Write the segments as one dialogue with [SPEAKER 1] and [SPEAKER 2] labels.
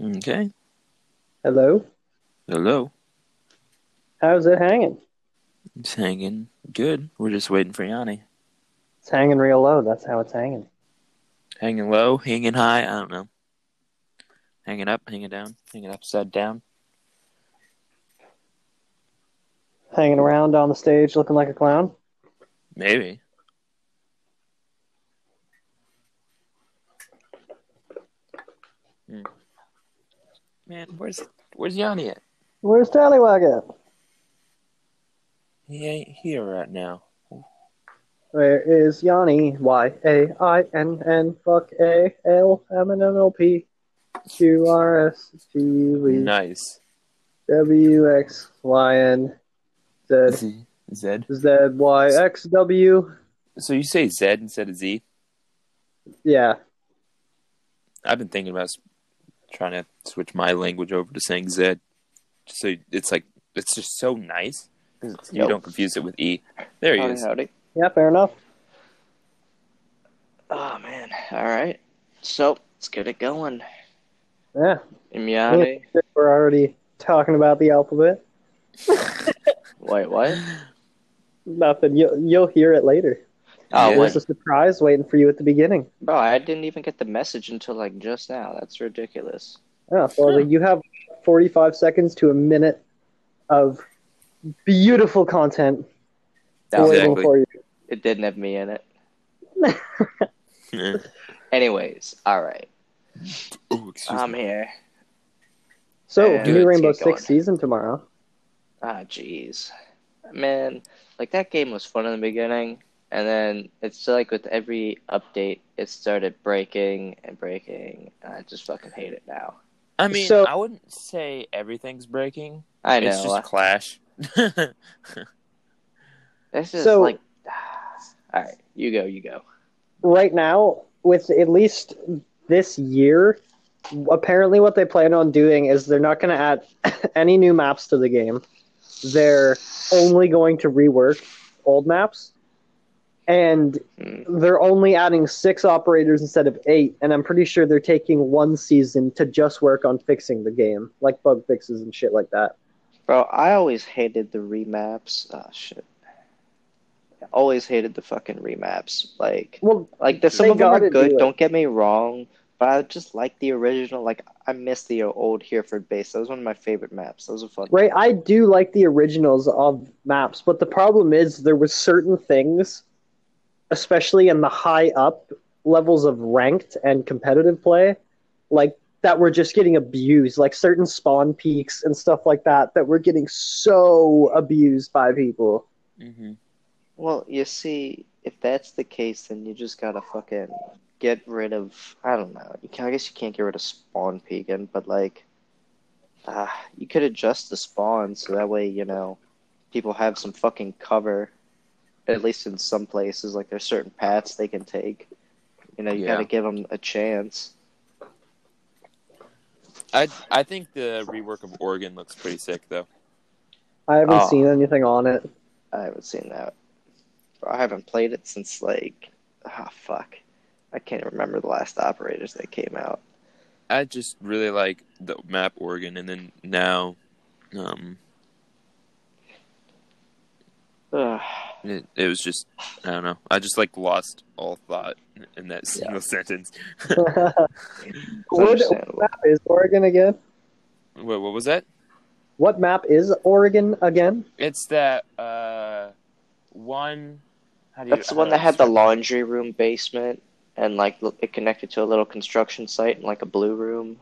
[SPEAKER 1] Okay.
[SPEAKER 2] Hello.
[SPEAKER 1] Hello.
[SPEAKER 2] How's it hanging?
[SPEAKER 1] It's hanging good. We're just waiting for Yanni.
[SPEAKER 2] It's hanging real low. That's how it's hanging.
[SPEAKER 1] Hanging low, hanging high. I don't know. Hanging up, hanging down, hanging upside down.
[SPEAKER 2] Hanging around on the stage looking like a clown.
[SPEAKER 1] Maybe. Hmm. Man, where's where's Yanni at?
[SPEAKER 2] Where's Tallywag at?
[SPEAKER 1] He ain't here right now.
[SPEAKER 2] Where is Yanni? Y A I N N fuck A L M N M O P Q R S T U V
[SPEAKER 1] Nice.
[SPEAKER 2] W X Y N Z
[SPEAKER 1] Z. Zed.
[SPEAKER 2] Z Y X W.
[SPEAKER 1] So you say Zed instead of Z?
[SPEAKER 2] Yeah.
[SPEAKER 1] I've been thinking about s- trying to switch my language over to saying Zed. So it's like it's just so nice. 'cause it's- You
[SPEAKER 3] Yo.
[SPEAKER 1] don't confuse it with E. There he
[SPEAKER 3] Howdy,
[SPEAKER 1] is.
[SPEAKER 3] howdy.
[SPEAKER 2] Yeah, fair enough.
[SPEAKER 3] Oh man. All right. So let's get it going.
[SPEAKER 2] Yeah.
[SPEAKER 3] Imyani.
[SPEAKER 2] We're already talking about the alphabet.
[SPEAKER 3] Wait, what?
[SPEAKER 2] Nothing. You'll, you'll hear it later.
[SPEAKER 1] Yeah.
[SPEAKER 3] Oh, wait.
[SPEAKER 2] There's a surprise waiting for you at the beginning.
[SPEAKER 3] bro, I didn't even get the message until like just now. That's ridiculous.
[SPEAKER 2] Yeah, so I was like, you have 45 seconds to a minute of beautiful content
[SPEAKER 3] That was,
[SPEAKER 1] Exactly.
[SPEAKER 2] waiting for you.
[SPEAKER 3] it didn't have me in it. Anyways, all right.
[SPEAKER 1] Ooh, excuse
[SPEAKER 3] I'm
[SPEAKER 1] me.
[SPEAKER 3] here.
[SPEAKER 2] So,
[SPEAKER 3] Yeah,
[SPEAKER 2] new
[SPEAKER 3] let's
[SPEAKER 2] Rainbow
[SPEAKER 3] keep going.
[SPEAKER 2] Six season tomorrow.
[SPEAKER 3] Ah, jeez. Man, like that game was fun in the beginning, and then it's like with every update, it started breaking and breaking, and I just fucking hate it now.
[SPEAKER 1] I mean,
[SPEAKER 2] So-
[SPEAKER 1] I wouldn't say everything's breaking.
[SPEAKER 3] I know.
[SPEAKER 1] It's just Clash. Mm-hmm.
[SPEAKER 3] This is
[SPEAKER 2] So-
[SPEAKER 3] like, all right, you go, you go.
[SPEAKER 2] Right now, with at least this year, apparently what they plan on doing is they're not going to add any new maps to the game. They're only going to rework old maps. And
[SPEAKER 3] Hmm.
[SPEAKER 2] they're only adding six operators instead of eight, and I'm pretty sure they're taking one season to just work on fixing the game, like bug fixes and shit like that.
[SPEAKER 3] Bro, I always hated the remaps. Oh shit. I always hated the fucking remaps. Like
[SPEAKER 2] Well,
[SPEAKER 3] like the, some
[SPEAKER 2] They
[SPEAKER 3] of them
[SPEAKER 2] gotta
[SPEAKER 3] are good,
[SPEAKER 2] do it.
[SPEAKER 3] don't get me wrong, but I just like the original like I miss the old Hereford base. That was one of my favorite maps. That was a fun
[SPEAKER 2] right, I do like the originals of maps, but the problem is there was certain things, especially in the high up levels of ranked and competitive play, like that were just getting abused, like certain spawn peaks and stuff like that that were getting so abused by people.
[SPEAKER 1] hmm
[SPEAKER 3] Well, you see, if that's the case then you just gotta fucking get rid of I don't know. You can I guess you can't get rid of spawn peeking, but like ah, you could adjust the spawn so that way, you know, people have some fucking cover. At least in some places, like there's certain paths they can take. You know, you
[SPEAKER 1] Yeah.
[SPEAKER 3] gotta give them a chance.
[SPEAKER 1] I I think the rework of Oregon looks pretty sick though.
[SPEAKER 2] I haven't
[SPEAKER 3] Oh.
[SPEAKER 2] seen anything on it.
[SPEAKER 3] I haven't seen that. I haven't played it since like ah fuck. I can't remember the last operators that came out.
[SPEAKER 1] I just really like the map Oregon, and then now, um,
[SPEAKER 3] Ugh.
[SPEAKER 1] it, it was just I don't know. I just like lost all thought in that single sentence.
[SPEAKER 2] what
[SPEAKER 3] understandable.
[SPEAKER 2] map is Oregon again?
[SPEAKER 1] Wait, what was that?
[SPEAKER 2] What map is Oregon again?
[SPEAKER 1] It's that uh one. How do you,
[SPEAKER 3] That's the one that had the laundry room basement and like l- it connected to a little construction site and like a blue room.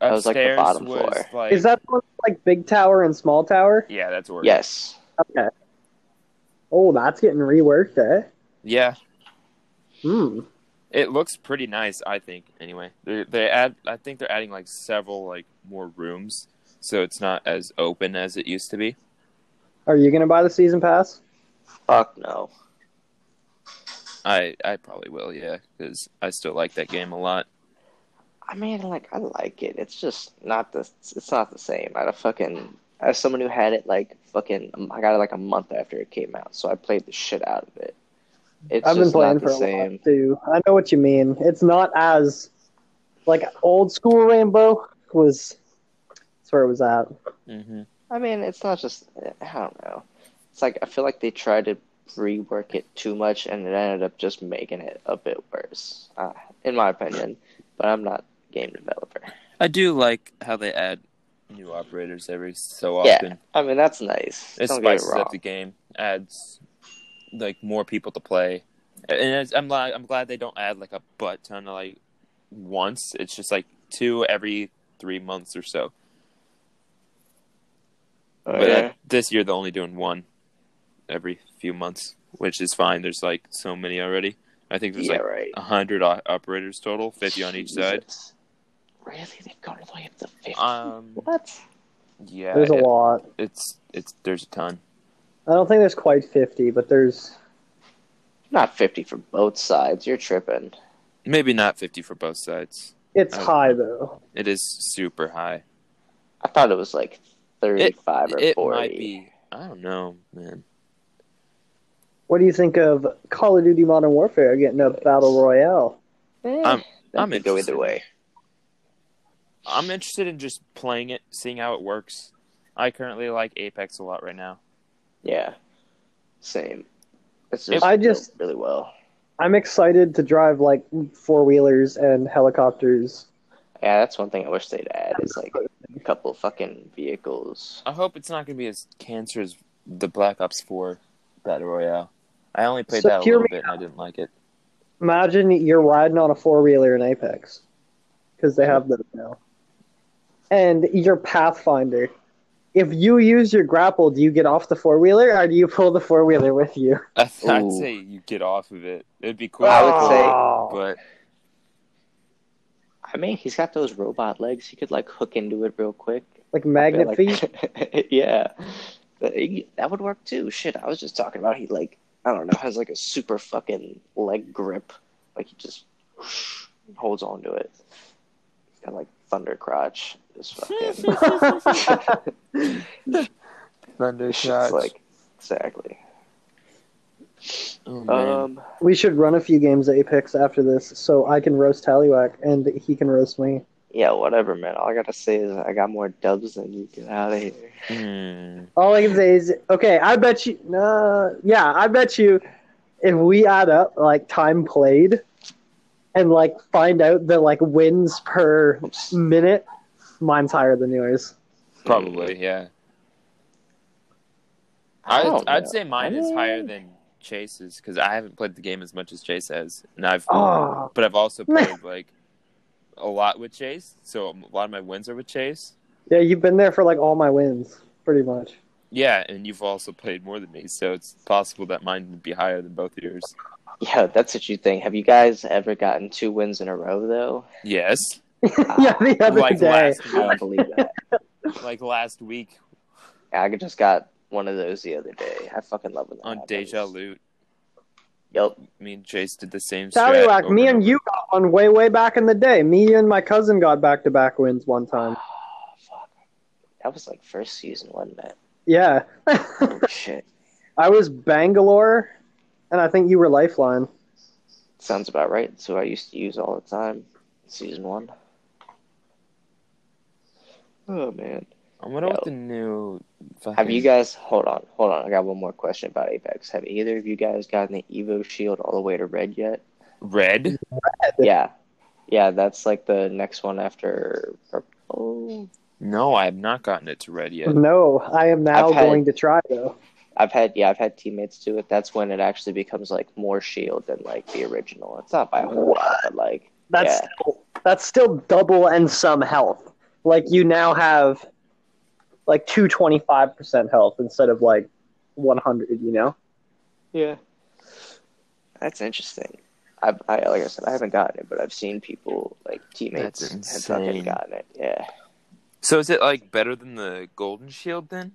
[SPEAKER 3] that was, like, the
[SPEAKER 1] upstairs
[SPEAKER 3] bottom
[SPEAKER 1] was,
[SPEAKER 3] floor.
[SPEAKER 1] like-
[SPEAKER 2] Is that the one with, like Big Tower and Small Tower?
[SPEAKER 1] Yeah, that's Oregon.
[SPEAKER 3] Yes.
[SPEAKER 2] Okay. Oh, that's getting reworked, eh?
[SPEAKER 1] Yeah,
[SPEAKER 2] Hmm.
[SPEAKER 1] it looks pretty nice. I think anyway. They they add. I think they're adding like several like more rooms, so it's not as open as it used to be.
[SPEAKER 2] Are you gonna buy the season pass?
[SPEAKER 3] Fuck no.
[SPEAKER 1] I I probably will. Yeah, because I still like that game a lot.
[SPEAKER 3] I mean, like I like it. It's just not the. It's not the same. I don't fucking. As someone who had it like fucking, I got it like a month after it came out, so I played the shit out of it. It's
[SPEAKER 2] I've been
[SPEAKER 3] just
[SPEAKER 2] playing
[SPEAKER 3] not
[SPEAKER 2] for
[SPEAKER 3] the
[SPEAKER 2] a
[SPEAKER 3] same.
[SPEAKER 2] while too. I know what you mean. It's not as Like old school Rainbow was that's where it was at.
[SPEAKER 1] Mm-hmm.
[SPEAKER 3] I mean, it's not just. I don't know. It's like I feel like they tried to rework it too much, and it ended up just making it a bit worse, uh, in my opinion. But I'm not a game developer.
[SPEAKER 1] I do like how they add new operators every so
[SPEAKER 3] Yeah,
[SPEAKER 1] often.
[SPEAKER 3] I mean, that's nice.
[SPEAKER 1] it
[SPEAKER 3] don't get
[SPEAKER 1] spices
[SPEAKER 3] it wrong.
[SPEAKER 1] up the game, adds like more people to play, and it's, I'm li- I'm glad they don't add like a butt ton of like once. It's just like two every three months or so.
[SPEAKER 3] Oh,
[SPEAKER 1] but
[SPEAKER 3] yeah.
[SPEAKER 1] uh, this year they're only doing one every few months, which is fine. There's like so many already. I think there's
[SPEAKER 3] yeah,
[SPEAKER 1] like like
[SPEAKER 3] right.
[SPEAKER 1] hundred o- operators total, fifty on each side.
[SPEAKER 3] Jesus. Really, they've gone all the way up to fifty.
[SPEAKER 1] Um,
[SPEAKER 3] what?
[SPEAKER 1] yeah,
[SPEAKER 2] There's a
[SPEAKER 1] it-
[SPEAKER 2] lot.
[SPEAKER 1] it's it's there's a ton.
[SPEAKER 2] I don't think there's quite fifty, but there's
[SPEAKER 3] Not fifty for both sides. You're tripping.
[SPEAKER 1] Maybe not fifty for both sides.
[SPEAKER 2] it's
[SPEAKER 1] Oh.
[SPEAKER 2] high though.
[SPEAKER 1] It is super high.
[SPEAKER 3] I thought it was like thirty-five or
[SPEAKER 1] It
[SPEAKER 3] forty.
[SPEAKER 1] might be. I don't know, man.
[SPEAKER 2] What do you think of Call of Duty Modern Warfare getting a battle royale?
[SPEAKER 3] Eh,
[SPEAKER 1] I'm-
[SPEAKER 3] that
[SPEAKER 1] I'm
[SPEAKER 3] could go
[SPEAKER 1] interested.
[SPEAKER 3] either way.
[SPEAKER 1] I'm interested in just playing it, seeing how it works. I currently like Apex a lot right now.
[SPEAKER 3] Yeah, same. It's
[SPEAKER 1] If-
[SPEAKER 3] just
[SPEAKER 2] I
[SPEAKER 3] built
[SPEAKER 2] just-
[SPEAKER 3] really well.
[SPEAKER 2] I'm excited to drive like four wheelers and helicopters.
[SPEAKER 3] Yeah, that's one thing I wish they'd add is like a couple fucking vehicles.
[SPEAKER 1] I hope it's not going to be as cancer as the Black Ops 4 Battle Royale. I only played
[SPEAKER 2] So
[SPEAKER 1] that a
[SPEAKER 2] hear
[SPEAKER 1] little
[SPEAKER 2] me
[SPEAKER 1] bit and I didn't like it.
[SPEAKER 2] Imagine you're riding on a four wheeler in Apex because they have them now. And your Pathfinder. If you use your grapple, do you get off the four wheeler or do you pull the four wheeler with you?
[SPEAKER 1] I th- I'd
[SPEAKER 3] Ooh.
[SPEAKER 1] say you get off of it. It'd be cool.
[SPEAKER 3] I would say-
[SPEAKER 1] But
[SPEAKER 3] I mean, he's got those robot legs. He could like hook into it real quick.
[SPEAKER 2] like
[SPEAKER 3] I
[SPEAKER 2] magnet
[SPEAKER 3] feel like-
[SPEAKER 2] feet.
[SPEAKER 3] yeah, But he- that would work too. Shit, I was just talking about he like I don't know has like a super fucking leg grip. Like he just holds on to it. He's got like thunder crotch. Just fucking.
[SPEAKER 1] Thunder
[SPEAKER 3] It's
[SPEAKER 1] Shots.
[SPEAKER 3] like exactly.
[SPEAKER 1] oh, man.
[SPEAKER 3] Um,
[SPEAKER 2] we should run a few games of Apex after this so I can roast Tallywack and he can roast me.
[SPEAKER 3] yeah, whatever, man. All I gotta say is I got more dubs than you. Get out of here.
[SPEAKER 1] Hmm.
[SPEAKER 2] All I can say is, okay, I bet you. No, yeah, I bet you. If we add up like time played, and like find out the like wins per minute, mine's higher than yours.
[SPEAKER 1] Probably, yeah.
[SPEAKER 3] I
[SPEAKER 1] I'd,
[SPEAKER 3] don't
[SPEAKER 1] I'd
[SPEAKER 3] know.
[SPEAKER 1] say mine
[SPEAKER 3] I
[SPEAKER 1] is higher
[SPEAKER 3] mean-
[SPEAKER 1] than Chase's because I haven't played the game as much as Chase has, and I've
[SPEAKER 2] Oh,
[SPEAKER 1] but I've also played like a lot with Chase, so a lot of my wins are with Chase.
[SPEAKER 2] yeah, you've been there for like all my wins, pretty much.
[SPEAKER 1] Yeah, and you've also played more than me, so it's possible that mine would be higher than both of yours.
[SPEAKER 3] Yeah, that's what you think. Have you guys ever gotten two wins in a row though?
[SPEAKER 1] Yes,
[SPEAKER 2] yeah, the other
[SPEAKER 1] Like
[SPEAKER 2] day,
[SPEAKER 1] last- uh,
[SPEAKER 3] I don't believe that.
[SPEAKER 1] like last week
[SPEAKER 3] I just got one of those the other day. I fucking love when that
[SPEAKER 1] on
[SPEAKER 3] happens.
[SPEAKER 1] Deja Loot,
[SPEAKER 3] Yep.
[SPEAKER 1] me and Chase did the same. strat
[SPEAKER 2] Tallywack,
[SPEAKER 1] over
[SPEAKER 2] me and
[SPEAKER 1] over.
[SPEAKER 2] you got one way, way back in the day. Me and my cousin got back to back wins one time.
[SPEAKER 3] Fuck. That was like first season, wasn't it?
[SPEAKER 2] Yeah,
[SPEAKER 3] Oh, shit.
[SPEAKER 2] I was Bangalore, and I think you were Lifeline.
[SPEAKER 3] Sounds about right. It's who I used to use all the time. Season one. Oh man.
[SPEAKER 1] I wonder what the new. Fucking...
[SPEAKER 3] Have you guys hold on, hold on, I got one more question about Apex. Have either of you guys gotten the Evo Shield all the way to red yet?
[SPEAKER 1] red?
[SPEAKER 3] Yeah. Yeah, that's like the next one after purple.
[SPEAKER 1] No, I have not gotten it to red yet.
[SPEAKER 3] Mm-hmm.
[SPEAKER 2] No, I am now
[SPEAKER 3] I've had-
[SPEAKER 2] going to try though.
[SPEAKER 3] I've had yeah, I've had teammates do it. That's when it actually becomes like more shield than like the original. It's not by a whole lot, but like
[SPEAKER 2] That's still, that's still double and some health. Like you now have like two twenty five percent health instead of like one hundred. You know,
[SPEAKER 3] yeah, that's interesting. I, I like I said, I haven't gotten it, but I've seen people like teammates
[SPEAKER 1] That's
[SPEAKER 3] have fucking
[SPEAKER 1] insane.
[SPEAKER 3] gotten it. Yeah,
[SPEAKER 1] So is it like better than the golden shield then?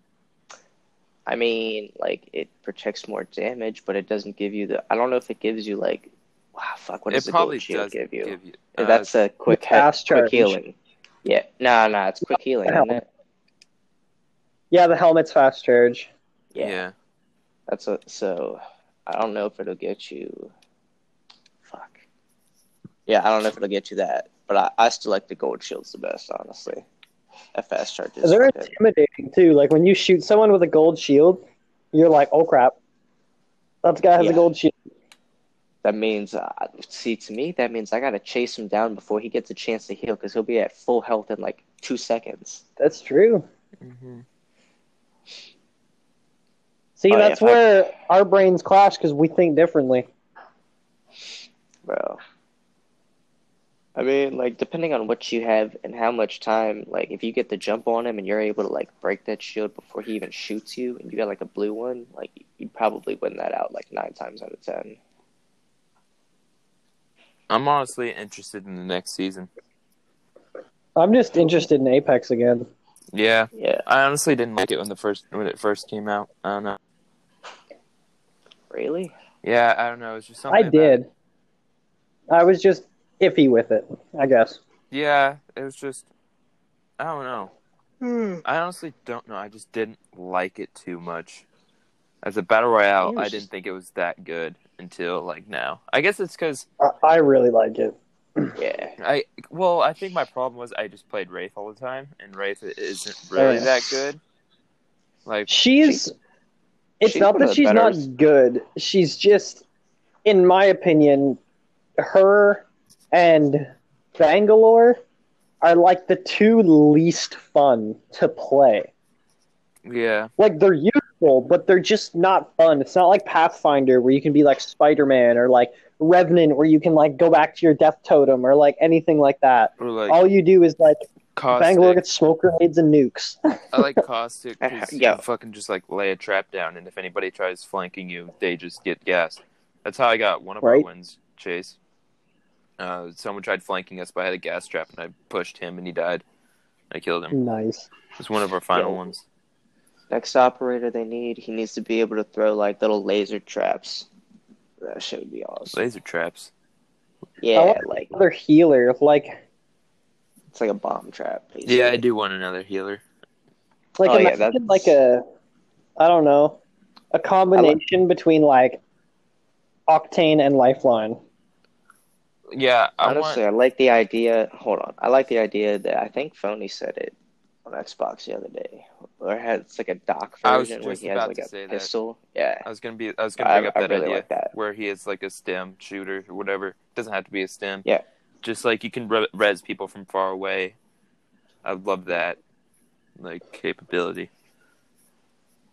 [SPEAKER 3] I mean like it protects more damage, but it doesn't give you the. I don't know if it gives you like wow fuck what
[SPEAKER 1] it
[SPEAKER 3] does the
[SPEAKER 1] probably
[SPEAKER 3] gold shield
[SPEAKER 1] does
[SPEAKER 3] give you?
[SPEAKER 1] uh,
[SPEAKER 3] that's a quick, he-
[SPEAKER 2] Fast
[SPEAKER 3] quick
[SPEAKER 2] charge.
[SPEAKER 3] healing. Yeah, no, no, it's quick healing, isn't it?
[SPEAKER 2] yeah, the helmet's fast charge.
[SPEAKER 1] yeah.
[SPEAKER 3] That's a, so. I don't know if it'll get you. Fuck. Yeah, I don't know if it'll get you that But I, I still like the gold shield's the best, honestly. That fast charge is
[SPEAKER 2] They're
[SPEAKER 3] fucking-
[SPEAKER 2] intimidating too. Like when you shoot someone with a gold shield, you're like, "Oh crap, that guy has
[SPEAKER 3] Yeah.
[SPEAKER 2] a gold shield."
[SPEAKER 3] That means, uh, see, to me, that means I gotta chase him down before he gets a chance to heal because he'll be at full health in like two seconds.
[SPEAKER 2] That's true.
[SPEAKER 1] Mm-hmm.
[SPEAKER 2] See,
[SPEAKER 3] Oh, yeah,
[SPEAKER 2] that's
[SPEAKER 3] I-
[SPEAKER 2] where our brains clash because we think differently.
[SPEAKER 3] Bro. I mean, like, depending on what you have and how much time, like, if you get the jump on him and you're able to, like, break that shield before he even shoots you and you got, like, a blue one, like, you'd probably win that out, like, nine times out of ten.
[SPEAKER 1] I'm honestly interested in the next season.
[SPEAKER 2] I'm just interested in Apex again.
[SPEAKER 1] Yeah,
[SPEAKER 3] Yeah,
[SPEAKER 1] I honestly didn't like it when the first when it first came out. I don't know.
[SPEAKER 3] really?
[SPEAKER 1] Yeah, I don't know. It's just something.
[SPEAKER 2] I
[SPEAKER 1] about-
[SPEAKER 2] did. I was just iffy with it, I guess.
[SPEAKER 1] Yeah, it was just. I don't know.
[SPEAKER 3] Hmm.
[SPEAKER 1] I honestly don't know. I just didn't like it too much. As a battle royale,
[SPEAKER 3] It was
[SPEAKER 1] I didn't
[SPEAKER 3] just-
[SPEAKER 1] think it was that good until like now. I guess it's because
[SPEAKER 2] I, I really like it.
[SPEAKER 3] Yeah.
[SPEAKER 1] I well, I think my problem was I just played Wraith all the time, and Wraith isn't
[SPEAKER 3] Oh,
[SPEAKER 1] really
[SPEAKER 2] Yeah.
[SPEAKER 1] that good. Like,
[SPEAKER 2] She's. it's
[SPEAKER 3] she's
[SPEAKER 2] not
[SPEAKER 3] one
[SPEAKER 2] that
[SPEAKER 3] of the
[SPEAKER 2] she's
[SPEAKER 3] betters.
[SPEAKER 2] not good. She's just, in my opinion, her and Bangalore are like the two least fun to play.
[SPEAKER 1] yeah,
[SPEAKER 2] Like they're useful, but they're just not fun. It's not like Pathfinder where you can be like Spider Man or like Revenant where you can like go back to your death totem or like anything like that.
[SPEAKER 1] or like
[SPEAKER 2] All you do is like
[SPEAKER 1] caustic.
[SPEAKER 2] Bangalore gets smoke grenades and nukes.
[SPEAKER 1] I like caustic. 'cause
[SPEAKER 3] Yeah.
[SPEAKER 1] you fucking just like lay a trap down, and if anybody tries flanking you, they just get gassed. That's how I got one of
[SPEAKER 2] Right.
[SPEAKER 1] our wins, Chase. Uh, someone tried flanking us, but I had a gas trap, and I pushed him, and he died. I killed him.
[SPEAKER 2] nice.
[SPEAKER 1] It's one of our final
[SPEAKER 3] Mm. Yo.
[SPEAKER 1] ones.
[SPEAKER 3] Next operator they need, he needs to be able to throw, like, little laser traps. That shit would be awesome.
[SPEAKER 1] Laser traps.
[SPEAKER 3] Yeah, like,
[SPEAKER 2] Another healer, like
[SPEAKER 3] it's like a bomb trap. Basically.
[SPEAKER 1] Yeah, I do want another healer.
[SPEAKER 2] like
[SPEAKER 3] Oh, yeah,
[SPEAKER 2] imagine
[SPEAKER 3] that's-
[SPEAKER 2] like a I don't know a combination between like Octane and Lifeline.
[SPEAKER 1] Yeah, I want.
[SPEAKER 3] Honestly, I like the idea. Hold on, I like the idea that I think Phony said it on Xbox the other day, or it had it's like a dock
[SPEAKER 1] I was
[SPEAKER 3] version where
[SPEAKER 1] just
[SPEAKER 3] he has
[SPEAKER 1] about
[SPEAKER 3] like
[SPEAKER 1] to
[SPEAKER 3] a
[SPEAKER 1] say that.
[SPEAKER 3] pistol. Yeah,
[SPEAKER 1] I was gonna be. I was gonna
[SPEAKER 3] I,
[SPEAKER 1] bring up
[SPEAKER 3] I
[SPEAKER 1] that
[SPEAKER 3] really
[SPEAKER 1] idea
[SPEAKER 3] like that.
[SPEAKER 1] where he is like a stem shooter or whatever. Doesn't have to be a stem.
[SPEAKER 3] Yeah.
[SPEAKER 1] Just like you can re- res people from far away. I love that, like capability.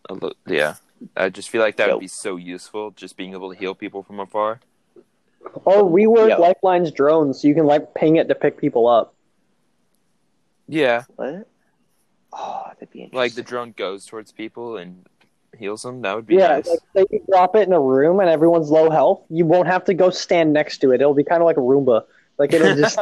[SPEAKER 1] I lo- yeah. I just feel like that
[SPEAKER 3] Yo.
[SPEAKER 1] would be so useful, just being able to heal people from afar.
[SPEAKER 2] Or rework
[SPEAKER 3] Yeah.
[SPEAKER 2] Lifeline's drone so you can like ping it to pick people up.
[SPEAKER 1] Yeah,
[SPEAKER 3] What? Oh, that'd be interesting.
[SPEAKER 1] like the drone goes towards people and heals them. That would be
[SPEAKER 2] yeah,
[SPEAKER 1] nice.
[SPEAKER 2] like say you drop it in a room and everyone's low health, you won't have to go stand next to it. It'll be kind of like a Roomba. Like it'll just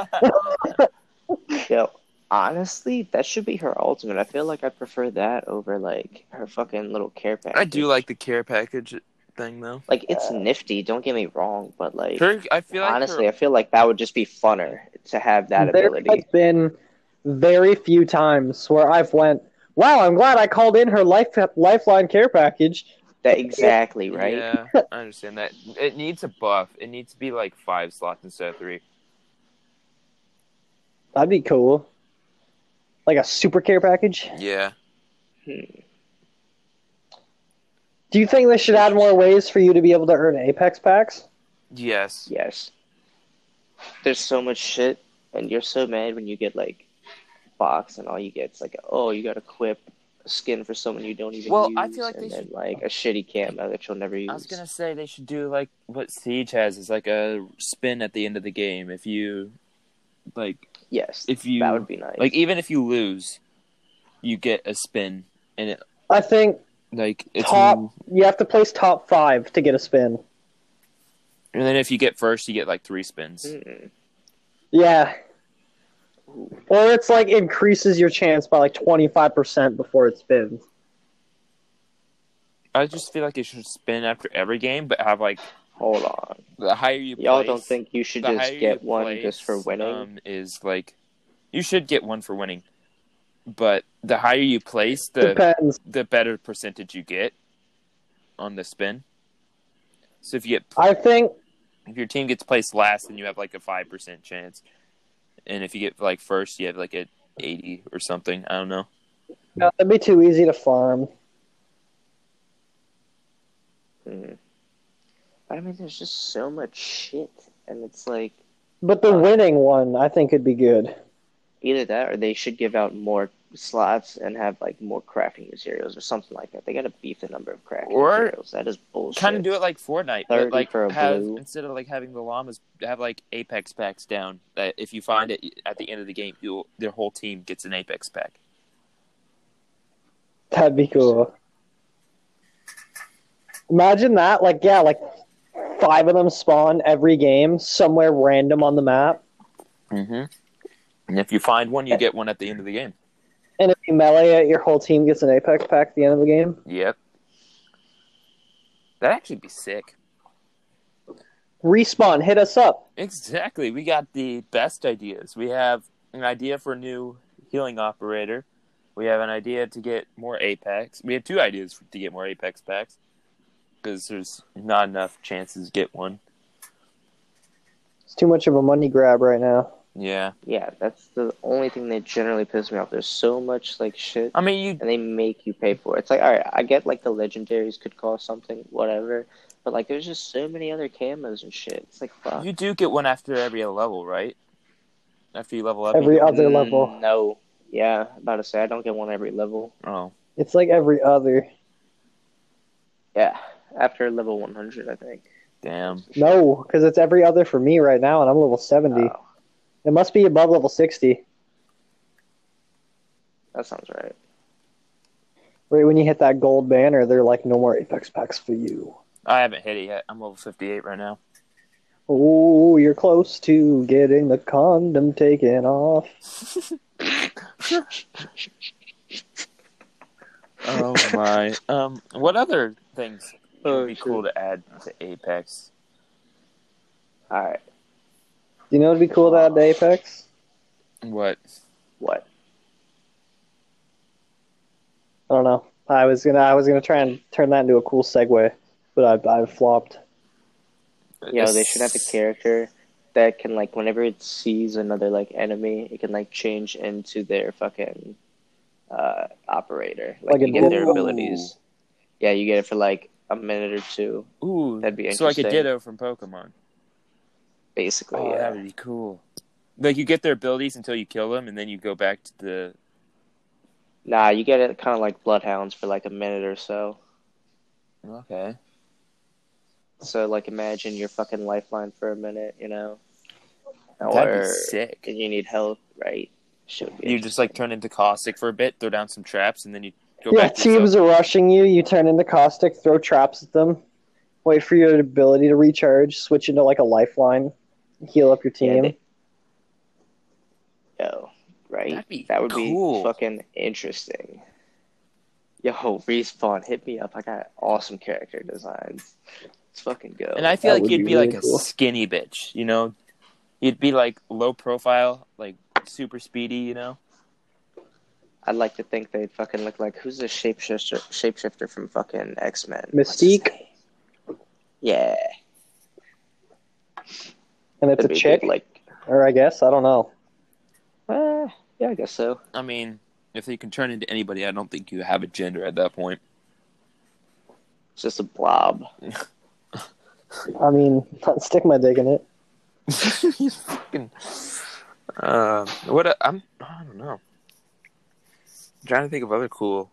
[SPEAKER 3] Yo, honestly, that should be her ultimate. I feel like I prefer that over like her fucking little care package.
[SPEAKER 1] I do like the care package thing though.
[SPEAKER 3] Like it's nifty. Don't get me wrong, but like
[SPEAKER 1] Her, I feel like her-
[SPEAKER 3] honestly, I feel like that would just be funner to have that
[SPEAKER 2] there
[SPEAKER 3] ability.
[SPEAKER 2] has been very few times where I've went, "Wow, I'm glad I called in her life Lifeline care package."
[SPEAKER 3] That exactly right.
[SPEAKER 1] Yeah, I understand that. It needs a buff. It needs to be like five slots instead of three.
[SPEAKER 2] That'd be cool. Like a super care package.
[SPEAKER 1] Yeah.
[SPEAKER 2] Do you think they should add more ways for you to be able to earn Apex packs?
[SPEAKER 1] Yes.
[SPEAKER 3] Yes. There's so much shit, and you're so mad when you get like box and all you get is like, oh, you got to equip a skin for someone you don't even
[SPEAKER 1] Well,
[SPEAKER 3] use,
[SPEAKER 1] I feel like
[SPEAKER 3] and
[SPEAKER 1] they
[SPEAKER 3] then
[SPEAKER 1] should-
[SPEAKER 3] like a shitty camo that you'll never use.
[SPEAKER 1] I was gonna say they should do like what Siege has is like a spin at the end of the game. If you like,
[SPEAKER 3] Yes,
[SPEAKER 1] if you
[SPEAKER 3] that would be nice.
[SPEAKER 1] like, even if you lose, you get a spin, and it
[SPEAKER 2] I think
[SPEAKER 1] like it's
[SPEAKER 2] top. You have to place top five to get a spin.
[SPEAKER 1] and then if you get first, you get like three spins.
[SPEAKER 3] Mm-mm.
[SPEAKER 2] Yeah. Or it's like increases your chance by like twenty five percent before it spins.
[SPEAKER 1] I just feel like it should spin after every game, but have like
[SPEAKER 3] Hold on,
[SPEAKER 1] the higher you
[SPEAKER 3] y'all
[SPEAKER 1] place,
[SPEAKER 3] don't think you should
[SPEAKER 1] the
[SPEAKER 3] just
[SPEAKER 1] higher
[SPEAKER 3] get
[SPEAKER 1] you
[SPEAKER 3] one
[SPEAKER 1] place,
[SPEAKER 3] just for winning?
[SPEAKER 1] um, is like you should get one for winning, but the higher you place, the
[SPEAKER 2] Depends.
[SPEAKER 1] the better percentage you get on the spin. So if you get
[SPEAKER 2] I think
[SPEAKER 1] if your team gets placed last, then you have like a five percent chance. and if you get like first, you have like a eighty or something. I don't know.
[SPEAKER 2] No, uh, that'd be too easy to farm.
[SPEAKER 3] Hmm. I mean, there's just so much shit, and it's like
[SPEAKER 2] But the winning one, I think, would be good.
[SPEAKER 3] either that or they should give out more slots and have like more crafting materials or something like that. They gotta beef the number of crafting
[SPEAKER 1] Or-
[SPEAKER 3] materials. That is bullshit.
[SPEAKER 1] Kind of do it like Fortnite, but
[SPEAKER 3] 30
[SPEAKER 1] like
[SPEAKER 3] for a
[SPEAKER 1] have
[SPEAKER 3] blue.
[SPEAKER 1] instead of like having the llamas, have like apex packs down. That if you find it at the end of the game, you their whole team gets an apex pack.
[SPEAKER 2] That'd be cool. Imagine that. Like, yeah, like five of them spawn every game somewhere random on the map.
[SPEAKER 1] Mm-hmm. And if you find one, you get one at the end of the game.
[SPEAKER 2] And if you melee it, your whole team gets an Apex pack at the end of the game.
[SPEAKER 1] Yep. That'd actually be sick.
[SPEAKER 2] Respawn, hit us up.
[SPEAKER 1] Exactly. We got the best ideas. We have an idea for a new healing operator. We have an idea to get more Apex. We have two ideas to get more Apex packs because there's not enough chances to get one.
[SPEAKER 2] It's too much of a money grab right now.
[SPEAKER 1] Yeah.
[SPEAKER 3] Yeah, that's the only thing that generally pisses me off. There's so much like shit,
[SPEAKER 1] I mean, you.
[SPEAKER 3] and they make you pay for it. It's like, all right, I get like the legendaries could cost something, whatever, but like there's just so many other camos and shit. It's like, fuck.
[SPEAKER 1] You do get one after every level, right? After you level up. you
[SPEAKER 2] Every
[SPEAKER 1] get-
[SPEAKER 2] other
[SPEAKER 3] Mm,
[SPEAKER 2] level.
[SPEAKER 3] No. Yeah, about to say I don't get one every level.
[SPEAKER 1] Oh,
[SPEAKER 2] It's like every other.
[SPEAKER 3] Yeah, after level 100, I think.
[SPEAKER 1] damn.
[SPEAKER 2] No, because it's every other for me right now, and I'm level 70.
[SPEAKER 3] Oh,
[SPEAKER 2] It must be above level 60,
[SPEAKER 3] that sounds right.
[SPEAKER 2] right when you hit that gold banner, they're like, no more Apex packs for you.
[SPEAKER 1] I haven't hit it yet. I'm level 58 right now.
[SPEAKER 2] Oh, you're close to getting the condom taken off.
[SPEAKER 1] Oh my. Oh, um, what other things would be cool to add to Apex?
[SPEAKER 3] All right,
[SPEAKER 2] You know, it'd be cool to add to Apex.
[SPEAKER 1] What?
[SPEAKER 3] what?
[SPEAKER 2] I don't know. I was gonna, I was gonna try and turn that into a cool segue, but I, I flopped.
[SPEAKER 3] Yeah, they should have a character that can like whenever it sees another like enemy, it can like change into their fucking uh operator. Like,
[SPEAKER 2] Like
[SPEAKER 3] you
[SPEAKER 2] an
[SPEAKER 3] get their
[SPEAKER 2] Ooh.
[SPEAKER 3] abilities. Yeah, you get it for like a minute or two,
[SPEAKER 1] Ooh,
[SPEAKER 3] That'd be
[SPEAKER 1] so like a
[SPEAKER 3] interesting.
[SPEAKER 1] Ditto from Pokemon.
[SPEAKER 3] basically.
[SPEAKER 1] Oh,
[SPEAKER 3] yeah.
[SPEAKER 1] that would be cool. Like you get their abilities until you kill them, and then you go back to the.
[SPEAKER 3] Nah, you get it kind of like bloodhounds for like a minute or so.
[SPEAKER 1] Okay.
[SPEAKER 3] So like imagine your fucking lifeline for a minute, you know,
[SPEAKER 1] That'd
[SPEAKER 3] or
[SPEAKER 1] be sick.
[SPEAKER 3] and you need help, right? Should be
[SPEAKER 1] You just like turn into caustic for a bit, throw down some traps, and then you go
[SPEAKER 2] yeah,
[SPEAKER 1] back. to yourself.
[SPEAKER 2] teams are rushing you. You turn into caustic, throw traps at them, wait for your ability to recharge, switch into like a lifeline, heal up your
[SPEAKER 3] Yeah,
[SPEAKER 2] team.
[SPEAKER 3] they- Yo, right?
[SPEAKER 1] That'd be
[SPEAKER 3] that would
[SPEAKER 1] cool.
[SPEAKER 3] be fucking interesting. Yo, respawn, hit me up. I got awesome character designs. Let's fucking go.
[SPEAKER 1] And I feel
[SPEAKER 2] That
[SPEAKER 1] like
[SPEAKER 2] would
[SPEAKER 1] you'd be,
[SPEAKER 2] be really
[SPEAKER 1] like
[SPEAKER 2] cool.
[SPEAKER 1] a skinny bitch, you know? You'd be like low profile, like super speedy, you know?
[SPEAKER 3] I'd like to think they'd fucking look like who's the shapeshifter shapeshifter from fucking X Men?
[SPEAKER 2] Mystique,
[SPEAKER 3] Yeah,
[SPEAKER 2] and it's
[SPEAKER 3] that'd
[SPEAKER 2] a
[SPEAKER 3] be good,
[SPEAKER 2] chick,
[SPEAKER 3] Like,
[SPEAKER 2] or I guess I don't know.
[SPEAKER 3] eh, yeah, I guess so.
[SPEAKER 1] I mean, if they can turn into anybody, I don't think you have a gender at that point.
[SPEAKER 3] It's just a blob.
[SPEAKER 2] I mean, stick my dick in it.
[SPEAKER 1] you fucking. Uh, what a, I'm, I don't know. I'm trying to think of other cool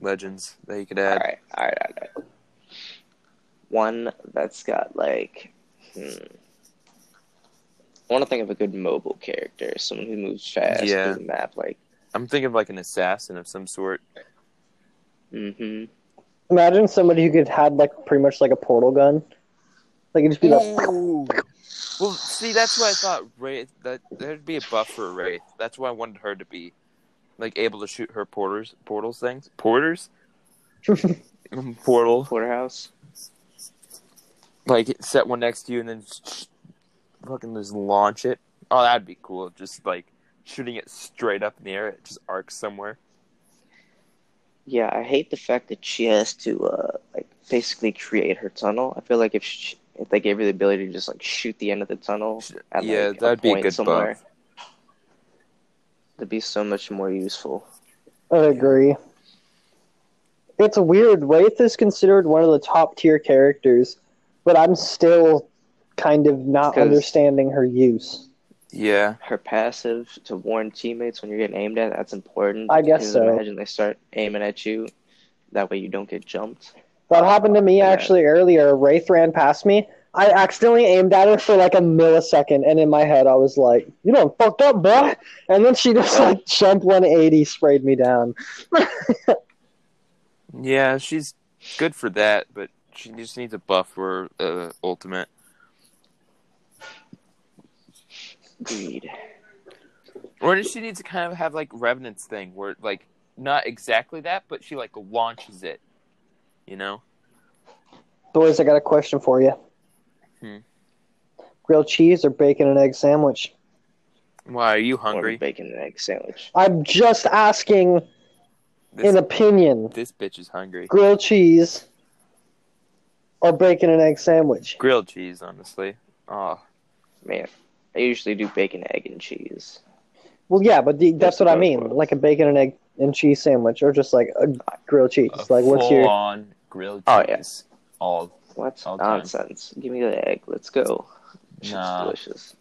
[SPEAKER 1] legends that you could
[SPEAKER 3] All
[SPEAKER 1] add.
[SPEAKER 3] right, all right, all right. One that's got like, hmm. I want to think of a good mobile character, someone who moves fast
[SPEAKER 1] Yeah.
[SPEAKER 3] through the map. Like,
[SPEAKER 1] I'm thinking of like an assassin of some sort.
[SPEAKER 3] hmm
[SPEAKER 2] Imagine somebody who could had like pretty much like a portal gun. Like it'd just be like
[SPEAKER 1] Ooh. Well, see, that's why I thought Wraith that there'd be a buff for Wraith. That's why I wanted her to be like able to shoot her porters, portals things, porters, Mm, portal.
[SPEAKER 3] porterhouse.
[SPEAKER 1] Like set one next to you and then just fucking just launch it. Oh, that'd be cool. Just like shooting it straight up in the air, it just arcs somewhere.
[SPEAKER 3] Yeah, I hate the fact that she has to uh, like basically create her tunnel. I feel like if she, if they gave you the ability to just like shoot the end of the tunnel at
[SPEAKER 1] Yeah,
[SPEAKER 3] like, a
[SPEAKER 1] that'd be a
[SPEAKER 3] point
[SPEAKER 1] good buff.
[SPEAKER 3] somewhere, it'd be so much more useful.
[SPEAKER 2] I agree. It's weird. Wraith is considered one of the top tier characters, but I'm still kind of not
[SPEAKER 3] 'Cause-
[SPEAKER 2] understanding her use.
[SPEAKER 1] Yeah.
[SPEAKER 3] Her passive to warn teammates when you're getting aimed at, that's important.
[SPEAKER 2] I guess
[SPEAKER 3] Because
[SPEAKER 2] so.
[SPEAKER 3] Imagine they start aiming at you. That way you don't get jumped.
[SPEAKER 2] That happened to me
[SPEAKER 3] Yeah.
[SPEAKER 2] actually earlier. Wraith ran past me. I accidentally aimed at her for like a millisecond, and in my head I was like, "You done fucked up, boy!" And then she just like jumped 180, sprayed me down.
[SPEAKER 1] Yeah, she's good for that, but she just needs a buff for uh, ultimate.
[SPEAKER 3] Greed.
[SPEAKER 1] Or she needs to kind of have like Revenant's thing where like not exactly that, but she like launches it. You know?
[SPEAKER 2] Boys, I got a question for you.
[SPEAKER 1] Hmm.
[SPEAKER 2] Grilled cheese or bacon and egg sandwich?
[SPEAKER 1] Why are you
[SPEAKER 3] Or
[SPEAKER 1] hungry?
[SPEAKER 3] bacon and egg sandwich.
[SPEAKER 2] I'm just asking
[SPEAKER 1] This,
[SPEAKER 2] an opinion.
[SPEAKER 1] this bitch is hungry.
[SPEAKER 2] Grilled cheese or bacon and egg sandwich?
[SPEAKER 1] Grilled cheese, honestly. Oh,
[SPEAKER 3] Man, I usually do bacon, egg, and cheese.
[SPEAKER 2] Well, yeah, but the, that's
[SPEAKER 3] That's
[SPEAKER 2] what I
[SPEAKER 3] about
[SPEAKER 2] mean.
[SPEAKER 3] what-
[SPEAKER 2] Like a bacon and egg and cheese sandwich, or just like a grilled cheese.
[SPEAKER 1] a
[SPEAKER 2] like, what's your?
[SPEAKER 1] full-on grilled cheese.
[SPEAKER 3] Oh, yeah.
[SPEAKER 1] All
[SPEAKER 3] What's
[SPEAKER 1] All time.
[SPEAKER 3] nonsense? Give me the egg. Let's go. It's
[SPEAKER 1] Nah.
[SPEAKER 3] delicious.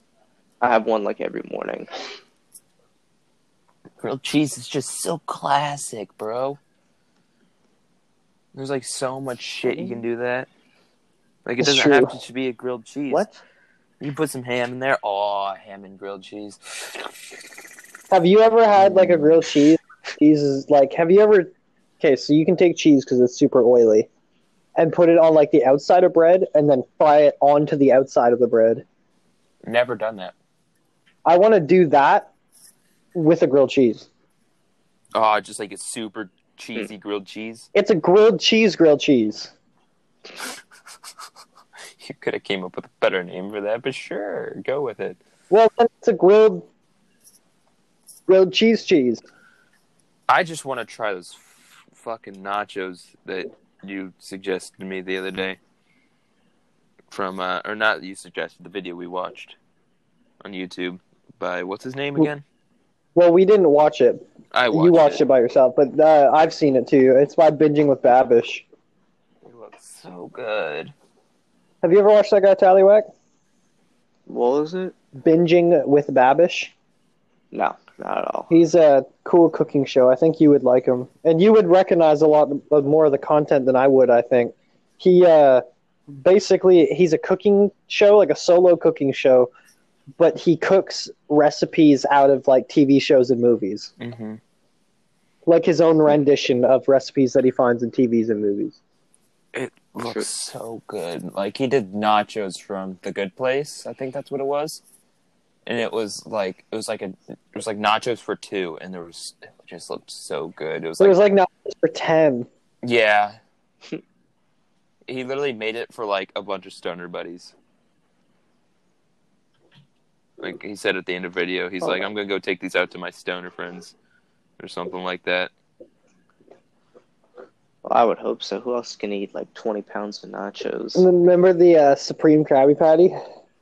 [SPEAKER 3] I have one like every morning.
[SPEAKER 1] grilled cheese is just so classic, bro. There's like so much shit you can do that. Like it
[SPEAKER 2] It's
[SPEAKER 1] doesn't
[SPEAKER 2] true.
[SPEAKER 1] have to just be a grilled cheese.
[SPEAKER 3] What?
[SPEAKER 1] You put some ham in there. Oh, ham and grilled cheese.
[SPEAKER 2] Have you ever had like a grilled cheese? Cheese is like, have you ever? Okay, so you can take cheese because it's super oily, and put it on like the outside of bread, and then fry it onto the outside of the bread.
[SPEAKER 1] Never done that.
[SPEAKER 2] I want to do that with a grilled cheese.
[SPEAKER 1] Oh, just like a super cheesy grilled cheese.
[SPEAKER 2] It's a grilled cheese, grilled cheese.
[SPEAKER 1] You could have came up with a better name for that, but sure, go with it.
[SPEAKER 2] Well, then it's a grilled grilled cheese cheese.
[SPEAKER 1] I just want to try those f- fucking nachos that you suggested to me the other day. From uh, or not that you suggested the video we watched on YouTube by what's his name
[SPEAKER 2] Who-
[SPEAKER 1] again?
[SPEAKER 2] Well, we didn't watch it.
[SPEAKER 1] I watched
[SPEAKER 2] you watched it.
[SPEAKER 1] it.
[SPEAKER 2] by yourself, but uh, I've seen it too. It's by binging with Babish.
[SPEAKER 1] It looks so good.
[SPEAKER 2] Have you ever watched that guy Tallywack?
[SPEAKER 3] What was it?
[SPEAKER 2] Binging with Babish.
[SPEAKER 3] No, not at all.
[SPEAKER 2] He's a cool cooking show. I think you would like him, and you would recognize a lot of more of the content than I would. I think he uh, basically he's a cooking show, like a solo cooking show, but he cooks recipes out of like TV shows and movies,
[SPEAKER 1] Mm-hmm.
[SPEAKER 2] like his own rendition of recipes that he finds in TVs and movies.
[SPEAKER 1] It looks
[SPEAKER 3] Sure.
[SPEAKER 1] so good. Like he did nachos from The Good Place, I think that's what it was. And it was like it was like a it was like nachos for two, and there was it just looked so good. It was
[SPEAKER 2] So
[SPEAKER 1] like
[SPEAKER 2] it was like not for ten.
[SPEAKER 1] Yeah. he literally made it for like a bunch of stoner buddies. Like he said at the end of video, he's
[SPEAKER 2] Oh.
[SPEAKER 1] like, I'm gonna go take these out to my stoner friends or something like that.
[SPEAKER 3] Well, I would hope so. Who else can eat like 20 pounds of nachos?
[SPEAKER 2] Remember the uh, Supreme Krabby Patty?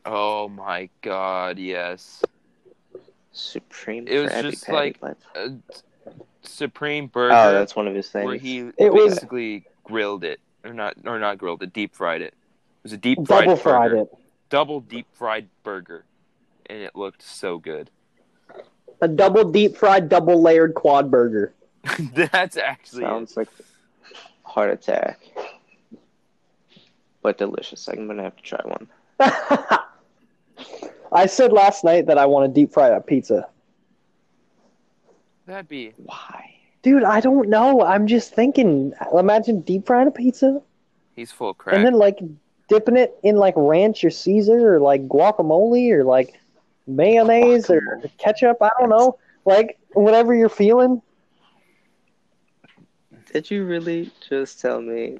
[SPEAKER 1] Oh my god, yes.
[SPEAKER 3] Supreme
[SPEAKER 1] It was
[SPEAKER 3] Krabby
[SPEAKER 1] just
[SPEAKER 3] Patty.
[SPEAKER 1] like-
[SPEAKER 3] what?
[SPEAKER 1] Uh, Supreme
[SPEAKER 3] Oh,
[SPEAKER 1] Burger
[SPEAKER 3] that's one of his things.
[SPEAKER 1] where he
[SPEAKER 2] It was-
[SPEAKER 1] basically grilled it. Or not or not grilled it, deep fried it. It was a deep fried
[SPEAKER 2] Double fried
[SPEAKER 1] burger.
[SPEAKER 2] it.
[SPEAKER 1] Double deep fried burger. And it looked so good.
[SPEAKER 2] A double deep fried, double layered quad burger.
[SPEAKER 1] That's actually it.
[SPEAKER 3] Sounds like heart attack. But delicious. I'm gonna have to try one.
[SPEAKER 2] I said last night that I want to deep fry a pizza.
[SPEAKER 1] That'd be
[SPEAKER 3] Why?
[SPEAKER 2] Dude, I don't know. I'm just thinking. Imagine deep frying a pizza
[SPEAKER 1] he's full of crap.
[SPEAKER 2] and then like dipping it in like ranch or Caesar or like guacamole or like mayonnaise or
[SPEAKER 3] Guacamole.
[SPEAKER 2] ketchup. I don't know. Like whatever you're feeling.
[SPEAKER 3] Did you really just tell me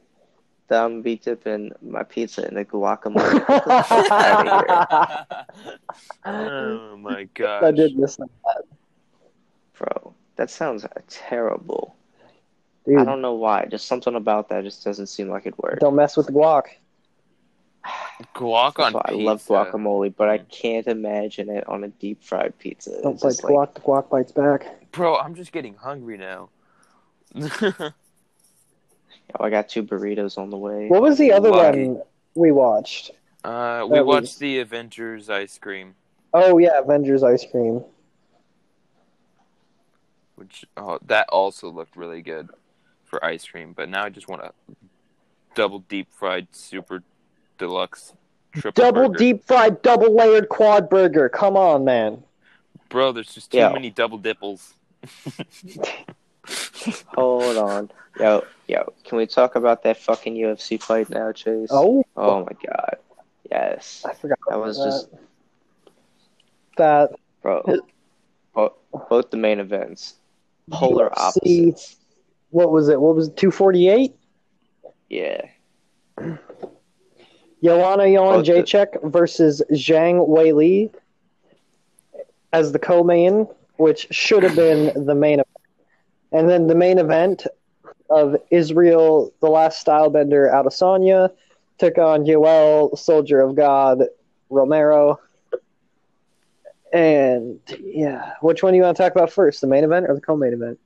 [SPEAKER 3] that I'm gonna be dipping my pizza in a guacamole? Get the fuck outta here.
[SPEAKER 2] I
[SPEAKER 1] oh my gosh.
[SPEAKER 2] did miss that.
[SPEAKER 3] Bro, that sounds terrible. I
[SPEAKER 2] Dude,
[SPEAKER 3] don't know why. Just something about that just doesn't seem like it works.
[SPEAKER 2] don't mess with the guac.
[SPEAKER 1] Guac on
[SPEAKER 3] So I
[SPEAKER 1] pizza.
[SPEAKER 3] love guacamole, but I can't imagine it on a deep fried pizza.
[SPEAKER 2] Don't
[SPEAKER 3] It's
[SPEAKER 2] bite
[SPEAKER 3] just
[SPEAKER 2] the guac, the guac bites back.
[SPEAKER 1] Bro, I'm just getting hungry now. Uh,
[SPEAKER 3] oh, I got two burritos on the way.
[SPEAKER 2] What was the other
[SPEAKER 1] Lucky.
[SPEAKER 2] one we watched?
[SPEAKER 1] uh, we
[SPEAKER 2] That was-
[SPEAKER 1] watched the Avengers ice cream,
[SPEAKER 2] Oh yeah, Avengers ice cream.
[SPEAKER 1] which oh, that also looked really good for ice cream. But now I just want a double deep fried super deluxe triple
[SPEAKER 2] Double
[SPEAKER 1] burger.
[SPEAKER 2] deep fried, double layered quad burger. Come on, man.
[SPEAKER 1] Bro, there's just too
[SPEAKER 3] Yeah.
[SPEAKER 1] many double dipples.
[SPEAKER 3] Hold on. Yo, yo, can we talk about that fucking UFC fight now, Chase?
[SPEAKER 2] Oh,
[SPEAKER 3] Oh my god. Yes.
[SPEAKER 2] I forgot.
[SPEAKER 3] That was just
[SPEAKER 2] that
[SPEAKER 3] bro. Both, both the main events. Polar
[SPEAKER 2] UFC,
[SPEAKER 3] opposites.
[SPEAKER 2] What was it? What was it? Two forty eight.
[SPEAKER 3] Yeah.
[SPEAKER 2] Joanna
[SPEAKER 3] Oh,
[SPEAKER 2] Yon
[SPEAKER 3] the-
[SPEAKER 2] Jacek versus Zhang Wei Li as the co-main, which should have been the main event. And then the main event of Israel, the last stylebender out of Sonya, took on Yoel, Soldier of God, Romero. And yeah, which one do you want to talk about first, the main event or the co-main event?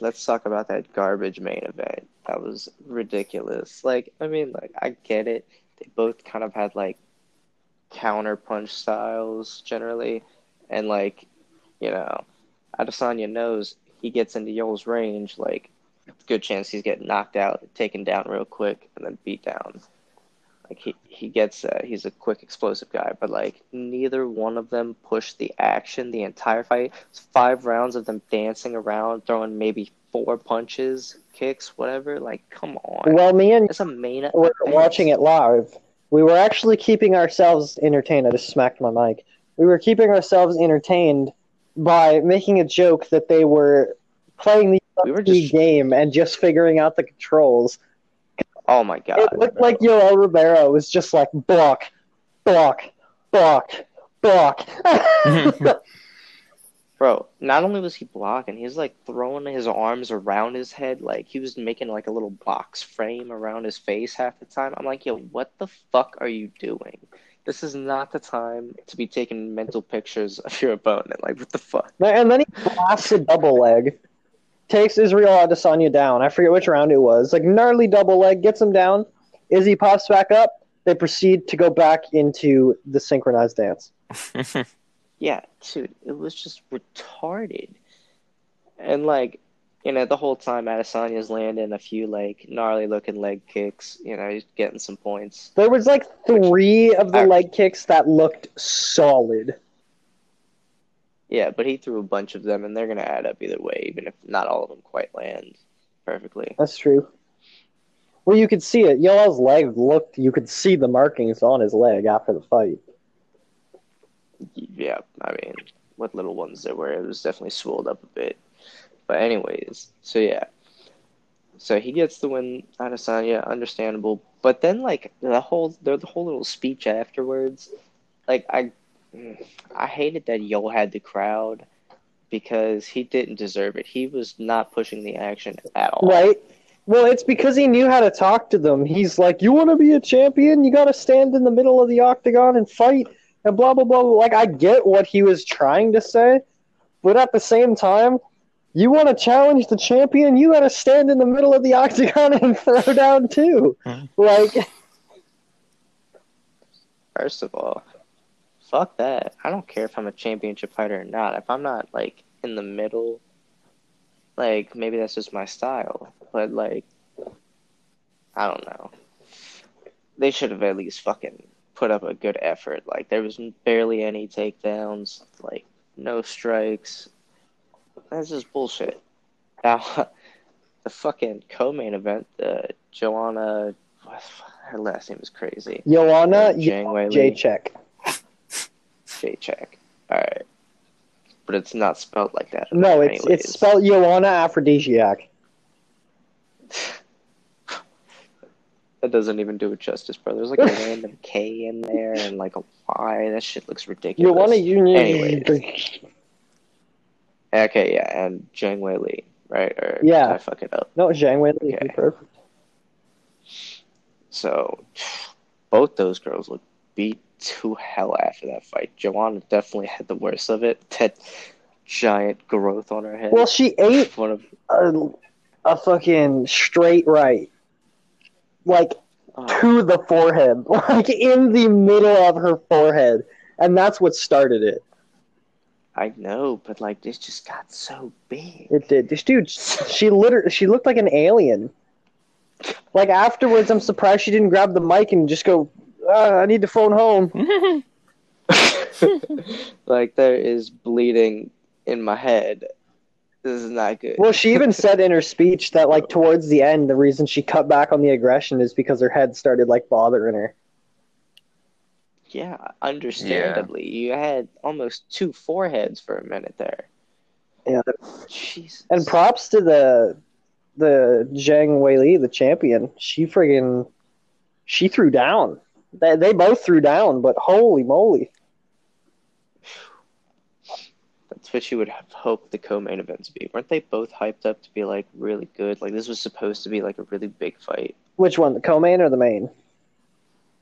[SPEAKER 3] Let's talk about that garbage main event. That was ridiculous. Like, I mean, like, I get it. They both kind of had like counter punch styles generally, and like, you know, Adesanya knows he gets into Yoel's range, like, good chance he's getting knocked out, taken down real quick, and then beat down. Like he he gets uh, he's a quick explosive guy, but like neither one of them pushed the action the entire fight. It's five rounds of them dancing around, throwing maybe four punches, kicks, whatever. Like, come on,
[SPEAKER 2] Well, me and
[SPEAKER 3] it's a main.
[SPEAKER 2] were
[SPEAKER 3] event.
[SPEAKER 2] watching it live, we were actually keeping ourselves entertained. I just smacked my mic. We were keeping ourselves entertained by making a joke that they were playing the
[SPEAKER 3] We were
[SPEAKER 2] UFC
[SPEAKER 3] just
[SPEAKER 2] game and just figuring out the controls.
[SPEAKER 3] oh my god,
[SPEAKER 2] it looked like Yoel Romero was just like block, block, block, block.
[SPEAKER 3] bro. Not only was he blocking, he was like throwing his arms around his head, like he was making like a little box frame around his face half the time. I'm like, yo, what the fuck are you doing? This is not the time to be taking mental pictures of your opponent. Like, what the fuck?
[SPEAKER 2] and then he blasts a double leg, takes Israel Adesanya down. I forget which round it was. Like gnarly double leg, gets him down. Izzy pops back up. They proceed to go back into the synchronized dance.
[SPEAKER 3] Yeah, dude, it was just retarded. And like, you know, the whole time Adesanya's landing a few like gnarly looking leg kicks. You know, he's getting some points.
[SPEAKER 2] There was like three of the
[SPEAKER 3] Act-
[SPEAKER 2] leg kicks that looked solid.
[SPEAKER 3] Yeah, but he threw a bunch of them, and they're going to add up either way, even if not all of them quite land perfectly.
[SPEAKER 2] That's true. Well, you could see it. Yoel's leg looked. You could see the markings on his leg after the fight.
[SPEAKER 3] Yeah, I mean, what little ones there were, it was definitely swolled up a bit. But anyways, so yeah, so he gets the win, Adesanya, understandable. But then like the whole the whole little speech afterwards, like I, I hated that Yo had the crowd because he didn't deserve it. He was not pushing the action at all.
[SPEAKER 2] Right. Well, it's because he knew how to talk to them. He's like, "You want to be a champion? You got to stand in the middle of the octagon and fight." And blah blah blah. Like I get what he was trying to say, but at the same time, you want to challenge the champion, you got to stand in the middle of the octagon and throw down too.
[SPEAKER 1] Mhm.
[SPEAKER 2] Like
[SPEAKER 3] First of all, fuck that. I don't care if I'm a championship fighter or not. If I'm not like in the middle, like maybe that's just my style. But like, I don't know. They should have at least fucking put up a good effort. Like there was barely any takedowns. Like no strikes. That's just bullshit. Now, the fucking co-main event, the Joanna, her last name is crazy.
[SPEAKER 2] Joanna
[SPEAKER 3] Jang Wei Lee.
[SPEAKER 2] Jacek.
[SPEAKER 3] Jacek. All right, but it's not spelled like that. in
[SPEAKER 2] No,
[SPEAKER 3] many
[SPEAKER 2] it's
[SPEAKER 3] ways.
[SPEAKER 2] it's spelled Joanna Aphrodisiac.
[SPEAKER 3] That doesn't even do it justice, bro. There's like a random K in there and like a Y. That shit looks ridiculous.
[SPEAKER 2] Joanna Union.
[SPEAKER 3] Anyways. Okay, yeah, and Jang Wei Lee, right? Or did
[SPEAKER 2] Yeah.
[SPEAKER 3] I fuck it up.
[SPEAKER 2] No, Zhang Wei Lee.
[SPEAKER 3] Okay. So, both those girls looked beat to hell after that fight. Joanna definitely had the worst of it. That giant growth on her head.
[SPEAKER 2] Well, she ate
[SPEAKER 3] one of
[SPEAKER 2] a, a fucking straight right, like
[SPEAKER 3] oh,
[SPEAKER 2] to the forehead, like in the middle of her forehead, and that's what started it.
[SPEAKER 3] I know, but like this just got so big.
[SPEAKER 2] It did. This dude, she literally, she looked like an alien. Like afterwards, I'm surprised she didn't grab the mic and just go, uh, "I need to phone home."
[SPEAKER 3] like there is bleeding in my head. This is not good.
[SPEAKER 2] Well, she even said in her speech that like towards the end, the reason she cut back on the aggression is because her head started like bothering her.
[SPEAKER 3] yeah, understandably, you had almost two foreheads for a minute there.
[SPEAKER 2] Yeah.
[SPEAKER 3] Jesus.
[SPEAKER 2] And props to the the Zhang Weili, the champion. She friggin' she threw down. They they both threw down, but holy moly.
[SPEAKER 3] That's what you would have hoped the co-main event to be. Weren't they both hyped up to be like really good? Like this was supposed to be like a really big fight.
[SPEAKER 2] Which one, the co-main or the main?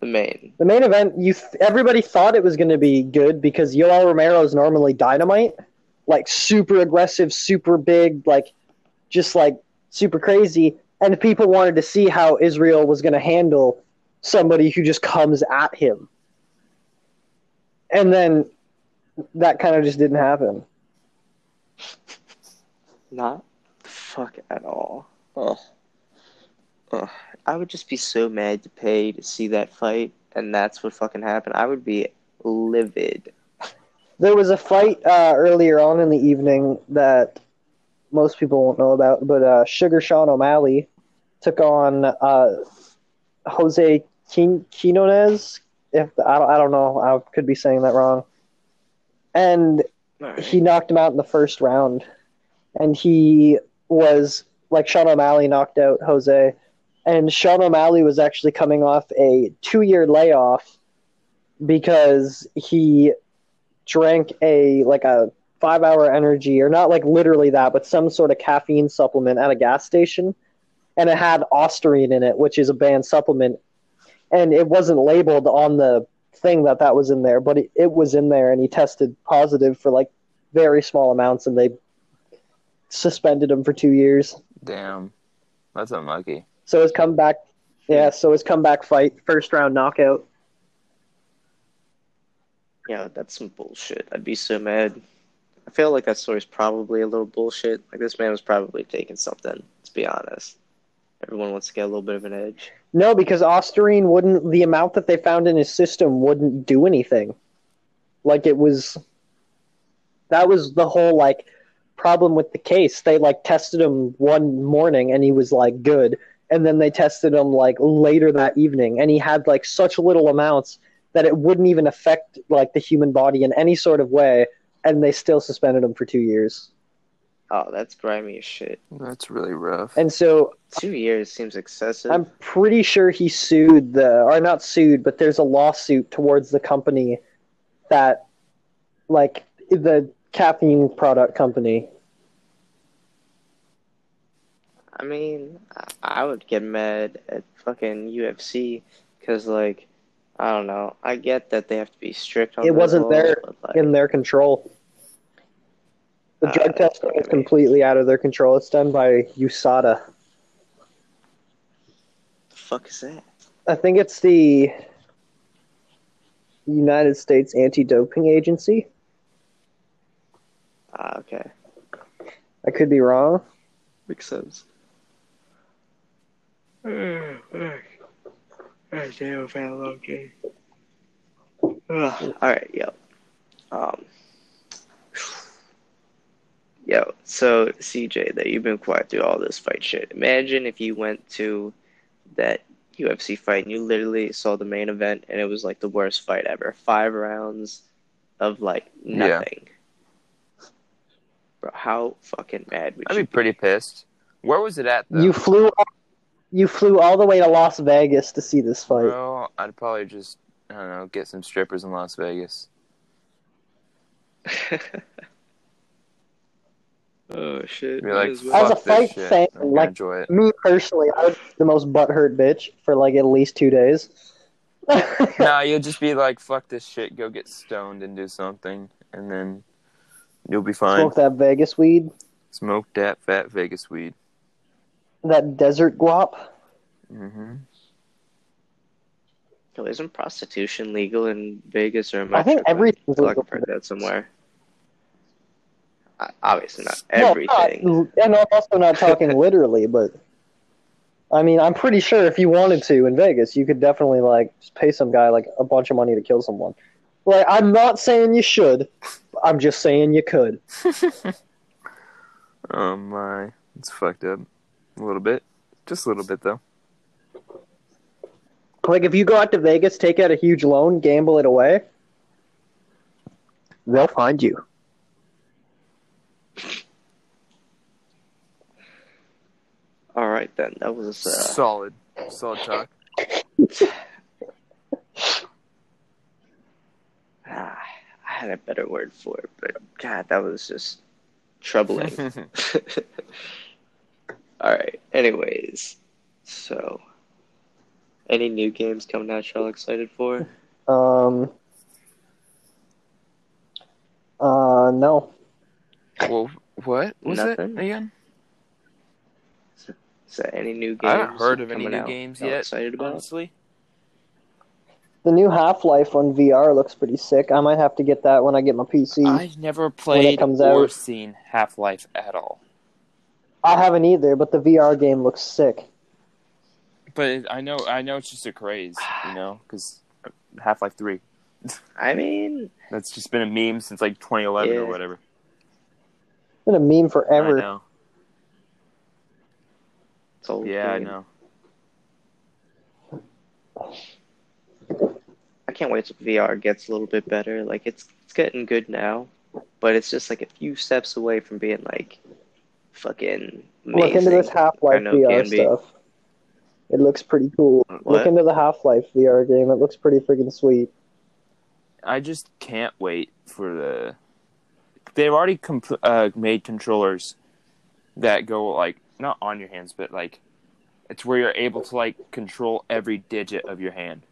[SPEAKER 3] The main.
[SPEAKER 2] The main event, you th- everybody thought it was going to be good because Yoel Romero is normally dynamite, like super aggressive, super big, like just like super crazy, and people wanted to see how Israel was going to handle somebody who just comes at him. And then that kind of just didn't happen.
[SPEAKER 3] Not the fuck at all. Ugh. Ugh. I would just be so mad to pay to see that fight, and that's what fucking happened. I would be livid.
[SPEAKER 2] There was a fight uh, earlier on in the evening that most people won't know about, but uh, Sugar Sean O'Malley took on uh, Jose Quin- Quinones. If I don't, I don't know, I could be saying that wrong. And he knocked him out in the first round, and he was like Sean O'Malley knocked out Jose, and Sean O'Malley was actually coming off a two-year layoff because he drank a like a five-hour energy or not like literally that, but some sort of caffeine supplement at a gas station, and it had Osterine in it, which is a banned supplement, and it wasn't labeled on the thing that that was in there, but it, it was in there, and he tested positive for like very small amounts, and they suspended him for two years.
[SPEAKER 1] Damn, that's unlucky.
[SPEAKER 2] So his comeback, yeah. So his comeback fight, first round knockout.
[SPEAKER 3] Yeah, that's some bullshit. I'd be so mad. I feel like that story's probably a little bullshit. Like this man was probably taking something. Let's be honest. Everyone wants to get a little bit of an edge.
[SPEAKER 2] No, because Osterine wouldn't. The amount that they found in his system wouldn't do anything. Like it was. That was the whole like problem with the case. They like tested him one morning and he was like good, and then they tested him like later that evening and he had like such little amounts that it wouldn't even affect like the human body in any sort of way, and they still suspended him for two years.
[SPEAKER 3] Oh, that's grimy as shit.
[SPEAKER 1] That's really rough.
[SPEAKER 2] And so
[SPEAKER 3] Two years seems excessive.
[SPEAKER 2] I'm pretty sure he sued the, or not sued, but there's a lawsuit towards the company that, like, the caffeine product company.
[SPEAKER 3] I mean, I- I would get mad at fucking UFC because, like, I don't know. I get that they have to be strict on.
[SPEAKER 2] It
[SPEAKER 3] their
[SPEAKER 2] wasn't
[SPEAKER 3] rules,
[SPEAKER 2] their-
[SPEAKER 3] but, like,
[SPEAKER 2] In their control. The drug
[SPEAKER 3] Uh,
[SPEAKER 2] testing
[SPEAKER 3] okay.
[SPEAKER 2] is completely out of their control. It's done by USADA.
[SPEAKER 3] the fuck is that?
[SPEAKER 2] I think it's the United States Anti-Doping Agency.
[SPEAKER 3] Ah, okay,
[SPEAKER 2] I could be wrong.
[SPEAKER 3] makes sense. I damn found a long game. All right, yo, um, yo. So CJ, that you've been quiet through all this fight shit. Imagine if you went to that UFC fight and you literally saw the main event and it was like the worst fight ever. Five rounds of like
[SPEAKER 1] Yeah.
[SPEAKER 3] nothing. Bro, how fucking mad would
[SPEAKER 1] I'd
[SPEAKER 3] you
[SPEAKER 1] be pretty pissed. Where was it at though?
[SPEAKER 2] You flew, you flew all the way to Las Vegas to see this fight.
[SPEAKER 1] Well, I'd probably just I don't know get some strippers in Las Vegas.
[SPEAKER 3] oh shit!
[SPEAKER 1] Be like,
[SPEAKER 3] might as well.
[SPEAKER 2] As
[SPEAKER 1] fuck
[SPEAKER 2] a fight
[SPEAKER 1] this shit.
[SPEAKER 2] fan,
[SPEAKER 1] I'm gonna
[SPEAKER 2] like-
[SPEAKER 1] enjoy it.
[SPEAKER 2] me personally, I was the most butthurt bitch for like at least two days.
[SPEAKER 1] no, you'll just be like, fuck this shit, go get stoned and do something, and then you'll be fine.
[SPEAKER 2] Smoke
[SPEAKER 1] Smoke,
[SPEAKER 2] that Vegas weed,
[SPEAKER 1] that fat Vegas weed.
[SPEAKER 2] that desert guap.
[SPEAKER 1] hmm
[SPEAKER 3] Yo, isn't prostitution legal in Vegas or am
[SPEAKER 2] I think
[SPEAKER 3] tripping?
[SPEAKER 2] everything's
[SPEAKER 3] Feel like
[SPEAKER 2] legal.
[SPEAKER 3] I've heard that somewhere. I, obviously not
[SPEAKER 2] No, not-
[SPEAKER 3] everything.
[SPEAKER 2] and I'm also not talking literally, but I mean, I'm pretty sure if you wanted to in Vegas, you could definitely like just pay some guy like a bunch of money to kill someone. Like, I'm not saying you should. I'm just saying you could.
[SPEAKER 1] Oh my, it's fucked up a little bit, just a little bit though.
[SPEAKER 2] Like, if you go out to Vegas, take out a huge loan, gamble it away, they'll find you.
[SPEAKER 3] All right then, that was uh,
[SPEAKER 1] Solid, solid talk.
[SPEAKER 3] ah, I had a better word for it, but God, that was just troubling. All right. Anyways, so any new games coming out y'all excited for?
[SPEAKER 2] Um. Uh, no.
[SPEAKER 1] well, what was
[SPEAKER 3] Nothing?
[SPEAKER 1] it again?
[SPEAKER 3] Is there any new games?
[SPEAKER 1] I haven't heard of any
[SPEAKER 3] coming
[SPEAKER 1] new
[SPEAKER 3] out
[SPEAKER 1] games
[SPEAKER 3] y'all
[SPEAKER 1] yet.
[SPEAKER 3] Excited about?
[SPEAKER 1] Honestly,
[SPEAKER 2] The new Half Life on VR looks pretty sick. I might have to get that when I get my PC.
[SPEAKER 1] I've never played
[SPEAKER 2] comes
[SPEAKER 1] or
[SPEAKER 2] out.
[SPEAKER 1] seen Half Life at all.
[SPEAKER 2] I haven't either, but the VR game looks sick.
[SPEAKER 1] But it, I know, I know, it's just a craze, you know, because Half Life Three.
[SPEAKER 3] I mean,
[SPEAKER 1] That's just been a meme since like 2011 or
[SPEAKER 3] Yeah.
[SPEAKER 1] whatever.
[SPEAKER 2] It's been a meme
[SPEAKER 1] I
[SPEAKER 2] forever.
[SPEAKER 1] know.
[SPEAKER 3] it's old.
[SPEAKER 1] Yeah, I
[SPEAKER 3] game.
[SPEAKER 1] know.
[SPEAKER 3] I can't wait till VR gets a little bit better. Like it's it's getting good now, but it's just like a few steps away from being like fucking amazing.
[SPEAKER 2] Look into this Half
[SPEAKER 3] I
[SPEAKER 2] Life
[SPEAKER 3] know it
[SPEAKER 2] VR
[SPEAKER 3] can be.
[SPEAKER 2] stuff. It looks pretty cool.
[SPEAKER 3] What?
[SPEAKER 2] Look into the Half Life VR game. It looks pretty freaking sweet.
[SPEAKER 1] I just can't wait for the. They've already compl- uh, made controllers that go like not on your hands, but like it's where you're able to like control every digit of your hand.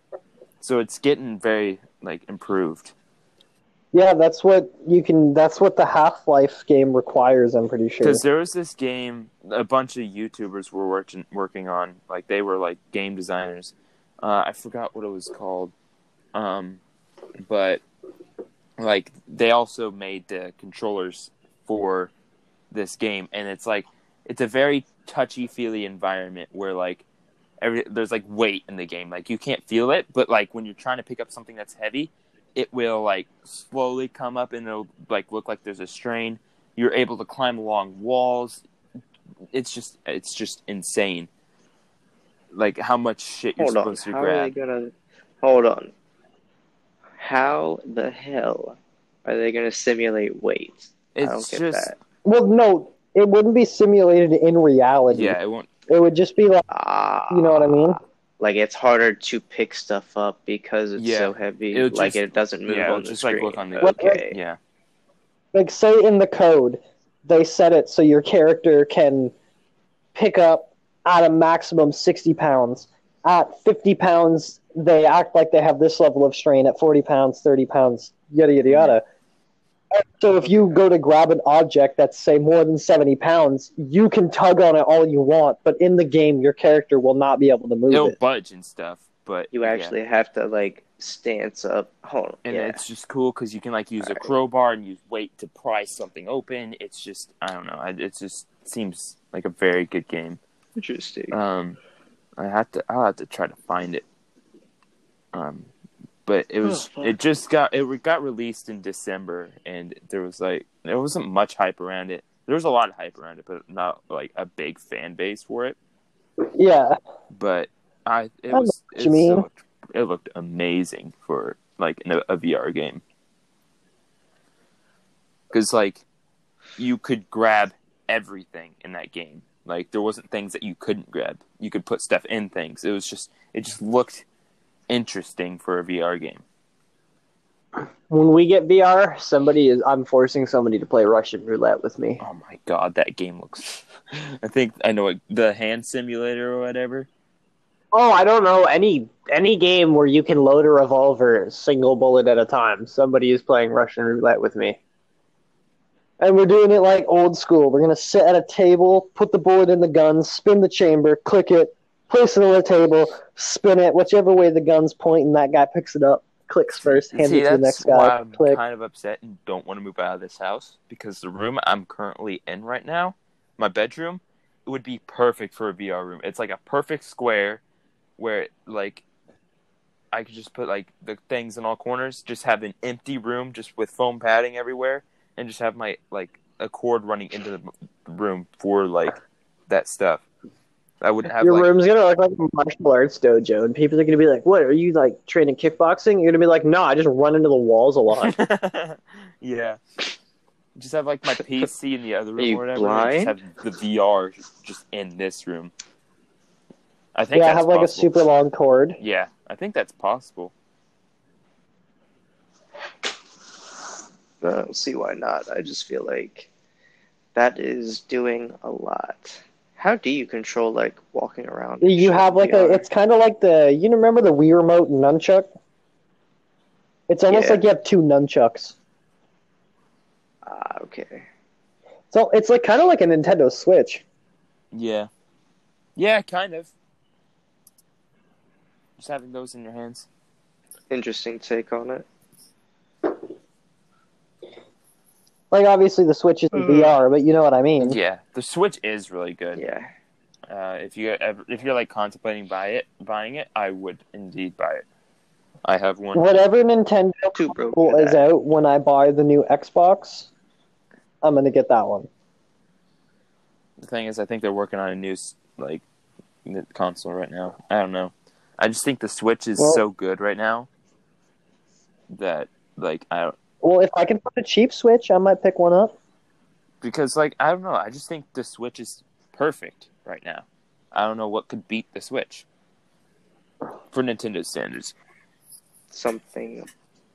[SPEAKER 1] So it's getting very like improved.
[SPEAKER 2] Yeah, that's what you can. That's what the Half Life game requires. I'm pretty sure.
[SPEAKER 1] Because there was this game a bunch of YouTubers were working working on, like they were like game designers. Uh, I forgot what it was called, um, but like they also made the controllers for this game, and it's like it's a very touchy feely environment where like every there's like weight in the game, like you can't feel it, but like when you're trying to pick up something that's heavy, it will like slowly come up and it'll like look like there's a strain you're able to climb along walls it's just it's just insane like how much shit you're
[SPEAKER 3] Hold on.
[SPEAKER 1] supposed to
[SPEAKER 3] How are they
[SPEAKER 1] grab
[SPEAKER 3] gonna? Hold on. How the hell are they gonna simulate weight? I don't
[SPEAKER 1] it's
[SPEAKER 3] get
[SPEAKER 1] just
[SPEAKER 3] that.
[SPEAKER 2] Well, no, it wouldn't be simulated in reality.
[SPEAKER 1] yeah it won't
[SPEAKER 2] It would just be like,
[SPEAKER 3] Ah,
[SPEAKER 2] you know what I mean?
[SPEAKER 3] Like it's harder to pick stuff up because it's
[SPEAKER 1] Yeah.
[SPEAKER 3] so heavy.
[SPEAKER 1] It'll
[SPEAKER 3] like
[SPEAKER 1] just-
[SPEAKER 3] it doesn't move
[SPEAKER 1] yeah, it'll
[SPEAKER 3] on the
[SPEAKER 1] just, like,
[SPEAKER 3] screen.
[SPEAKER 1] look on the-
[SPEAKER 3] okay.
[SPEAKER 1] yeah
[SPEAKER 2] Like, say in the code, they set it so your character can pick up at a maximum 60 pounds. At 50 pounds, they act like they have this level of strain. At 40 pounds, 30 pounds, yada, yada, yada. And So if you go to grab an object that's, say, more than 70 pounds, you can tug on it all you want, but in the game, your character will not be able to move
[SPEAKER 1] it'll
[SPEAKER 2] it.
[SPEAKER 1] budge and stuff but
[SPEAKER 3] You
[SPEAKER 1] yeah.
[SPEAKER 3] actually have to like stance up. Hold on.
[SPEAKER 1] and
[SPEAKER 3] yeah.
[SPEAKER 1] it's just cool because you can like use a
[SPEAKER 3] Alright.
[SPEAKER 1] crowbar and use weight to pry something open it's just i don't know I- it just seems like a very good game
[SPEAKER 3] Interesting.
[SPEAKER 1] um i have to i'll have to try to find it um but it was
[SPEAKER 3] Oh, fuck.
[SPEAKER 1] it just got it re- got released in december and there was like there wasn't much hype around it there was a lot of hype around it but not like a big fan base for it
[SPEAKER 2] Yeah.
[SPEAKER 1] but i it
[SPEAKER 2] know
[SPEAKER 1] was
[SPEAKER 2] what
[SPEAKER 1] it,
[SPEAKER 2] you mean.
[SPEAKER 1] still looked, it looked amazing for like in a, a vr game because like you could grab everything in that game like there wasn't things that you couldn't grab you could put stuff in things it was just it just looked interesting for a vr game
[SPEAKER 2] When we get VR, somebody is. I'm forcing somebody to play Russian roulette with me.
[SPEAKER 1] oh my god that game looks i think i know it the hand simulator or whatever
[SPEAKER 2] Oh, I don't know any any game where you can load a revolver single bullet at a time. Somebody is playing Russian roulette with me. And we're doing it like old school. We're gonna sit at a table, put the bullet in the gun, spin the chamber, click it, place it on the table, spin it, whichever way the gun's pointing, that guy picks it up, clicks first, hands
[SPEAKER 1] See,
[SPEAKER 2] it to the
[SPEAKER 1] that's
[SPEAKER 2] next
[SPEAKER 1] why
[SPEAKER 2] guy,
[SPEAKER 1] I'm
[SPEAKER 2] click.
[SPEAKER 1] kind of upset and don't want to move out of this house because the room I'm currently in right now, my bedroom, it would be perfect for a VR room. It's like a perfect square where like I could just put like the things in all corners, just have an empty room just with foam padding everywhere and just have my like a cord running into the room for like that stuff. I wouldn't have
[SPEAKER 2] Your
[SPEAKER 1] like
[SPEAKER 2] room's gonna look like a martial arts dojo, and people are gonna be like, "What are you like training kickboxing?" You're gonna be like, "No, I just run into the walls a lot."
[SPEAKER 1] yeah. Just have like my PC in the other
[SPEAKER 3] Are
[SPEAKER 1] room
[SPEAKER 3] you
[SPEAKER 1] or whatever. and Just have the VR just- just in this room. I think
[SPEAKER 2] yeah, I
[SPEAKER 1] that's
[SPEAKER 2] have like
[SPEAKER 1] possible.
[SPEAKER 2] a super long cord.
[SPEAKER 1] Yeah, I think that's possible.
[SPEAKER 3] I don't see why not. I just feel like that is doing a lot. How do you control like walking around? and
[SPEAKER 2] You
[SPEAKER 3] shit
[SPEAKER 2] have
[SPEAKER 3] in
[SPEAKER 2] like a.
[SPEAKER 3] VR?
[SPEAKER 2] It's kind of like the. You remember the Wii remote and nunchuck? It's almost
[SPEAKER 3] Yeah.
[SPEAKER 2] like you have two nunchucks.
[SPEAKER 3] ah okay.
[SPEAKER 2] So it's like kind of like a Nintendo Switch.
[SPEAKER 1] Yeah. Yeah, kind of. Just having those in your hands.
[SPEAKER 3] Interesting take on it.
[SPEAKER 2] Like obviously the Switch is in
[SPEAKER 3] Mm.
[SPEAKER 2] VR, but you know what I mean.
[SPEAKER 1] Yeah, the Switch is really good.
[SPEAKER 3] Yeah,
[SPEAKER 1] Uh, if you ever, if you're like contemplating buy it, buying it, I would indeed buy it. I have one.
[SPEAKER 2] Whatever Nintendo
[SPEAKER 3] too broke.
[SPEAKER 2] console
[SPEAKER 3] for
[SPEAKER 2] is
[SPEAKER 3] that.
[SPEAKER 2] out when I buy the new Xbox, I'm gonna get that one.
[SPEAKER 1] The thing is, I think they're working on a new s- like n- console right now. I don't know. I just think the Switch is
[SPEAKER 2] Well-
[SPEAKER 1] so good right now that like I don't
[SPEAKER 2] Well, if I can find a cheap Switch, I might pick one up.
[SPEAKER 1] because like I don't know. I just think the Switch is perfect right now. I don't know what could beat the Switch for Nintendo standards.
[SPEAKER 3] Something.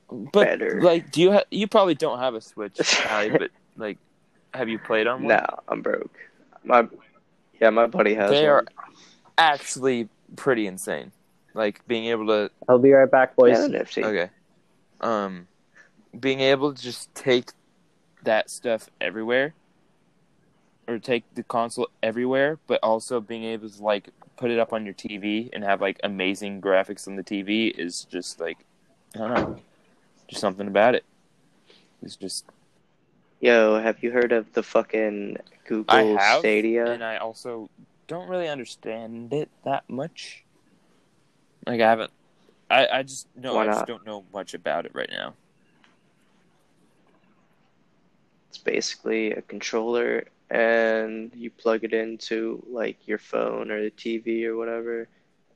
[SPEAKER 1] But
[SPEAKER 3] Better.
[SPEAKER 1] like, do you ha- you probably don't have a Switch, Allie, but like, have you played on one?
[SPEAKER 3] No, I'm broke. My yeah, my buddy has
[SPEAKER 1] They
[SPEAKER 3] one.
[SPEAKER 1] are actually pretty insane. Like being able to
[SPEAKER 2] I'll be right back, boys.
[SPEAKER 3] Yeah, they're nifty.
[SPEAKER 1] Okay. Um, being able to just take that stuff everywhere, or take the console everywhere, but also being able to like put it up on your TV and have like amazing graphics on the TV is just like I don't know, just something about it. It's just
[SPEAKER 3] Yo, have you heard of the fucking Google
[SPEAKER 1] I have
[SPEAKER 3] Stadia?
[SPEAKER 1] and I also don't really understand it that much. Like I haven't. I, I just no,
[SPEAKER 3] Why
[SPEAKER 1] I just
[SPEAKER 3] not?
[SPEAKER 1] don't know much about it right now.
[SPEAKER 3] It's basically a controller and you plug it into like your phone or the TV or whatever,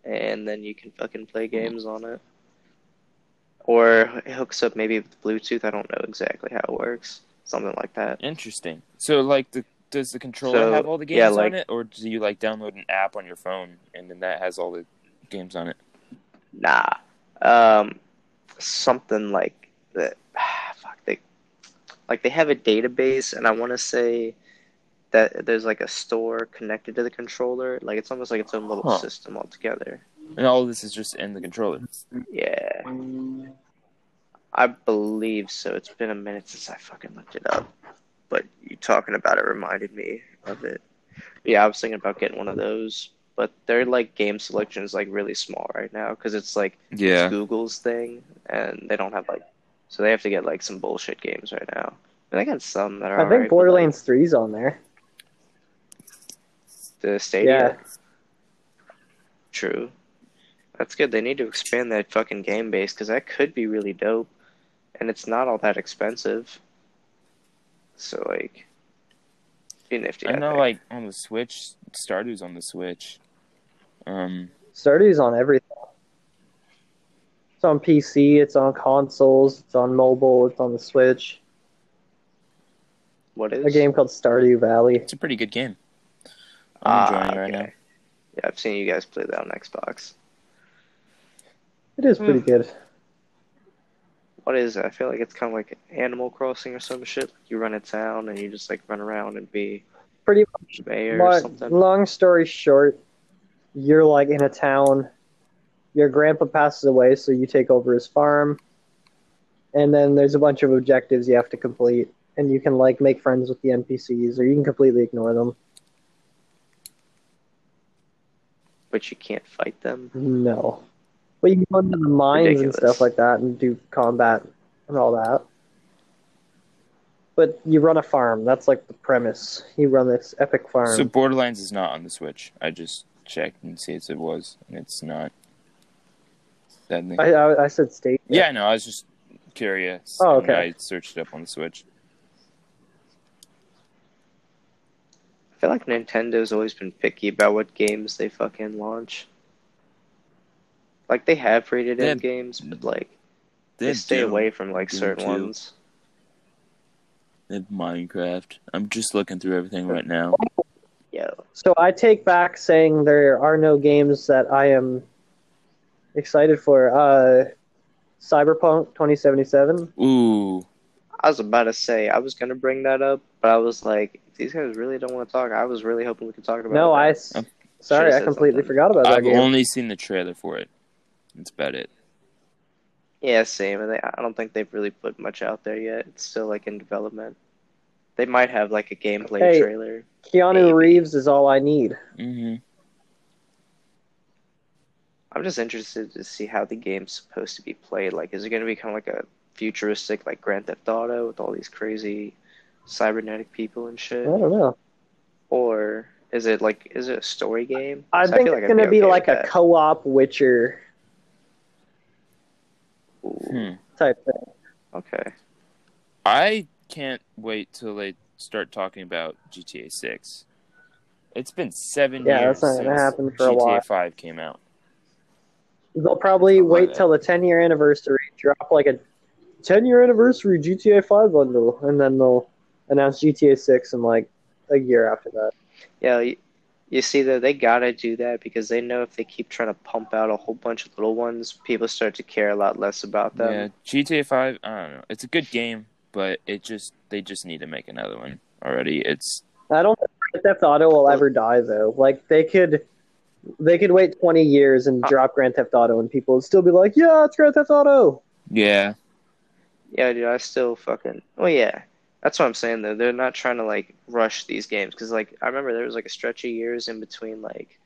[SPEAKER 3] and then you can fucking play games on it. Or it hooks up maybe with Bluetooth. I don't know exactly how it works. Something like that.
[SPEAKER 1] Interesting. So, like, the, does the controller
[SPEAKER 3] So,
[SPEAKER 1] have all the games
[SPEAKER 3] yeah, like-
[SPEAKER 1] on it, or do you like download an app on your phone and then that has all the games on it?
[SPEAKER 3] Nah. Um, something like that. Fuck, they like they have a database, and I want to say that there's like a store connected to the controller. Like it's almost like its own little
[SPEAKER 1] Huh.
[SPEAKER 3] system altogether.
[SPEAKER 1] And all this is just in the controller.
[SPEAKER 3] Yeah, I believe so. It's been a minute since I fucking looked it up, but you talking about it reminded me of it. Yeah, I was thinking about getting one of those, but their like game selection is like really small right now because it's like it's
[SPEAKER 1] Yeah.
[SPEAKER 3] Google's thing, and they don't have like, so they have to get like some bullshit games right now. And they got some that are.
[SPEAKER 2] I think
[SPEAKER 3] alright, but, like,
[SPEAKER 2] Borderlands 3 is on there.
[SPEAKER 3] the Stadia. True. That's good. They need to expand that fucking game base because that could be really dope, and it's not all that expensive. So like, be nifty. I,
[SPEAKER 1] I know,
[SPEAKER 3] think.
[SPEAKER 1] like, on the Switch, Stardew's on the Switch. Um,
[SPEAKER 2] Stardew's on everything. It's on PC, it's on consoles, it's on mobile, it's on the Switch.
[SPEAKER 3] what is
[SPEAKER 2] A game called Stardew Valley.
[SPEAKER 1] it's a pretty good game. I'm
[SPEAKER 3] Ah,
[SPEAKER 1] enjoying it right
[SPEAKER 3] okay.
[SPEAKER 1] now.
[SPEAKER 3] Yeah, I've seen you guys play that on Xbox.
[SPEAKER 2] It is pretty
[SPEAKER 3] Hmm.
[SPEAKER 2] good.
[SPEAKER 3] What is it? I feel like it's kind of like Animal Crossing or some shit. You run a town and you just like run around and be
[SPEAKER 2] Pretty
[SPEAKER 3] mayor or
[SPEAKER 2] much.
[SPEAKER 3] something.
[SPEAKER 2] Long story short, you're like in a town. Your grandpa passes away, so you take over his farm. And then there's a bunch of objectives you have to complete, and you can like make friends with the NPCs, or you can completely ignore them.
[SPEAKER 3] but you can't fight them.
[SPEAKER 2] No, but you can go into the mines and
[SPEAKER 3] Ridiculous.
[SPEAKER 2] stuff like that, and do combat and all that. But you run a farm. That's like the premise. You run this epic farm.
[SPEAKER 1] So Borderlands is not on the Switch. I just checked and see if it was, and it's not. Sadly.
[SPEAKER 2] I, I I said state.
[SPEAKER 1] yeah, I know. I was just curious.
[SPEAKER 2] Oh,
[SPEAKER 1] and
[SPEAKER 2] okay.
[SPEAKER 1] I searched it up on the Switch.
[SPEAKER 3] I feel like Nintendo's always been picky about what games they fucking launch. Like they have rated M
[SPEAKER 1] They
[SPEAKER 3] games, but like
[SPEAKER 1] They
[SPEAKER 3] they,
[SPEAKER 1] have
[SPEAKER 3] stay
[SPEAKER 1] Doom.
[SPEAKER 3] away from like
[SPEAKER 1] Doom
[SPEAKER 3] certain
[SPEAKER 1] 2.
[SPEAKER 3] ones.
[SPEAKER 1] They have Minecraft. I'm just looking through everything right now.
[SPEAKER 3] Yo,
[SPEAKER 2] So I take back saying there are no games that I am excited for. Uh, Cyberpunk 2077.
[SPEAKER 1] Ooh,
[SPEAKER 3] I was about to say I was gonna bring that up, but I was like, if these guys really don't want to talk. I was really hoping we could talk about.
[SPEAKER 2] No,
[SPEAKER 3] that.
[SPEAKER 2] I. s-
[SPEAKER 1] Oh.
[SPEAKER 2] Sorry,
[SPEAKER 3] Should've
[SPEAKER 2] I
[SPEAKER 3] said
[SPEAKER 2] completely
[SPEAKER 3] something.
[SPEAKER 2] forgot about that
[SPEAKER 1] I've
[SPEAKER 2] game.
[SPEAKER 1] only seen the trailer for it. That's about it.
[SPEAKER 3] Yeah, same. And they, I don't think they've really put much out there yet. It's still like in development. They might have like a gameplay
[SPEAKER 2] Hey.
[SPEAKER 3] trailer.
[SPEAKER 2] Keanu
[SPEAKER 3] Maybe.
[SPEAKER 2] Reeves is all I need.
[SPEAKER 1] hmm
[SPEAKER 3] I'm just interested to see how the game's supposed to be played. Like, is it going to be kind of like a futuristic, like Grand Theft Auto with all these crazy cybernetic people and
[SPEAKER 2] I
[SPEAKER 3] shit?
[SPEAKER 2] don't know.
[SPEAKER 3] Or is it like, is it a story game?
[SPEAKER 2] I
[SPEAKER 3] 'Cause
[SPEAKER 2] think
[SPEAKER 3] feel
[SPEAKER 2] it's
[SPEAKER 3] I'd
[SPEAKER 2] gonna be
[SPEAKER 3] okay
[SPEAKER 2] like
[SPEAKER 3] with
[SPEAKER 2] a co-op Witcher
[SPEAKER 3] that. Ooh,
[SPEAKER 1] Hmm.
[SPEAKER 2] type thing.
[SPEAKER 3] Okay.
[SPEAKER 1] I can't wait till they start talking about GTA 6. It's been seven
[SPEAKER 2] Yeah,
[SPEAKER 1] years
[SPEAKER 2] that's not gonna
[SPEAKER 1] since
[SPEAKER 2] happen for a
[SPEAKER 1] GTA
[SPEAKER 2] while.
[SPEAKER 1] 5 came out.
[SPEAKER 2] They'll probably
[SPEAKER 1] Something like
[SPEAKER 2] wait
[SPEAKER 1] that.
[SPEAKER 2] till the 10 year anniversary, drop like a 10 year anniversary GTA 5 bundle, and then they'll announce GTA 6 in like a year after that.
[SPEAKER 3] Yeah, you, you see, though, they got to do that because they know if they keep trying to pump out a whole bunch of little ones, people start to care a lot less about them.
[SPEAKER 1] Yeah, GTA 5, I don't know. It's a good game, but it just they just need to make another one already. It's
[SPEAKER 2] I don't think Grand Theft Auto will ever die though. Like they could, they could wait twenty years and
[SPEAKER 3] Uh.
[SPEAKER 2] drop Grand Theft Auto, and people would still be like, "Yeah, it's Grand Theft Auto."
[SPEAKER 1] yeah.
[SPEAKER 3] Yeah, dude, I still fucking. Well, yeah, that's what I'm saying though. They're not trying to like rush these games because like I remember there was like a stretch of years in between like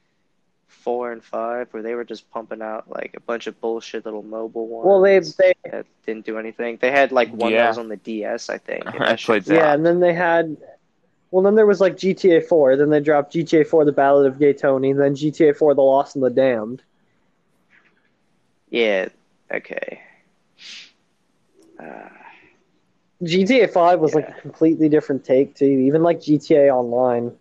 [SPEAKER 3] four and five where they were just pumping out like a bunch of bullshit little mobile ones.
[SPEAKER 2] Well, they they
[SPEAKER 3] that didn't do anything. They had like one
[SPEAKER 1] Yeah.
[SPEAKER 3] that was on the DS, I think. and
[SPEAKER 1] I
[SPEAKER 3] that shit
[SPEAKER 1] played
[SPEAKER 2] yeah,
[SPEAKER 3] flopped.
[SPEAKER 2] and then they had, well, then there was like GTA Four. Then they dropped GTA Four: The Ballad of Gay Tony, and then GTA Four: The Lost and the Damned.
[SPEAKER 3] Yeah. Okay. Uh,
[SPEAKER 2] GTA Five was like
[SPEAKER 3] Yeah.
[SPEAKER 2] a completely different take too. Even like GTA Online,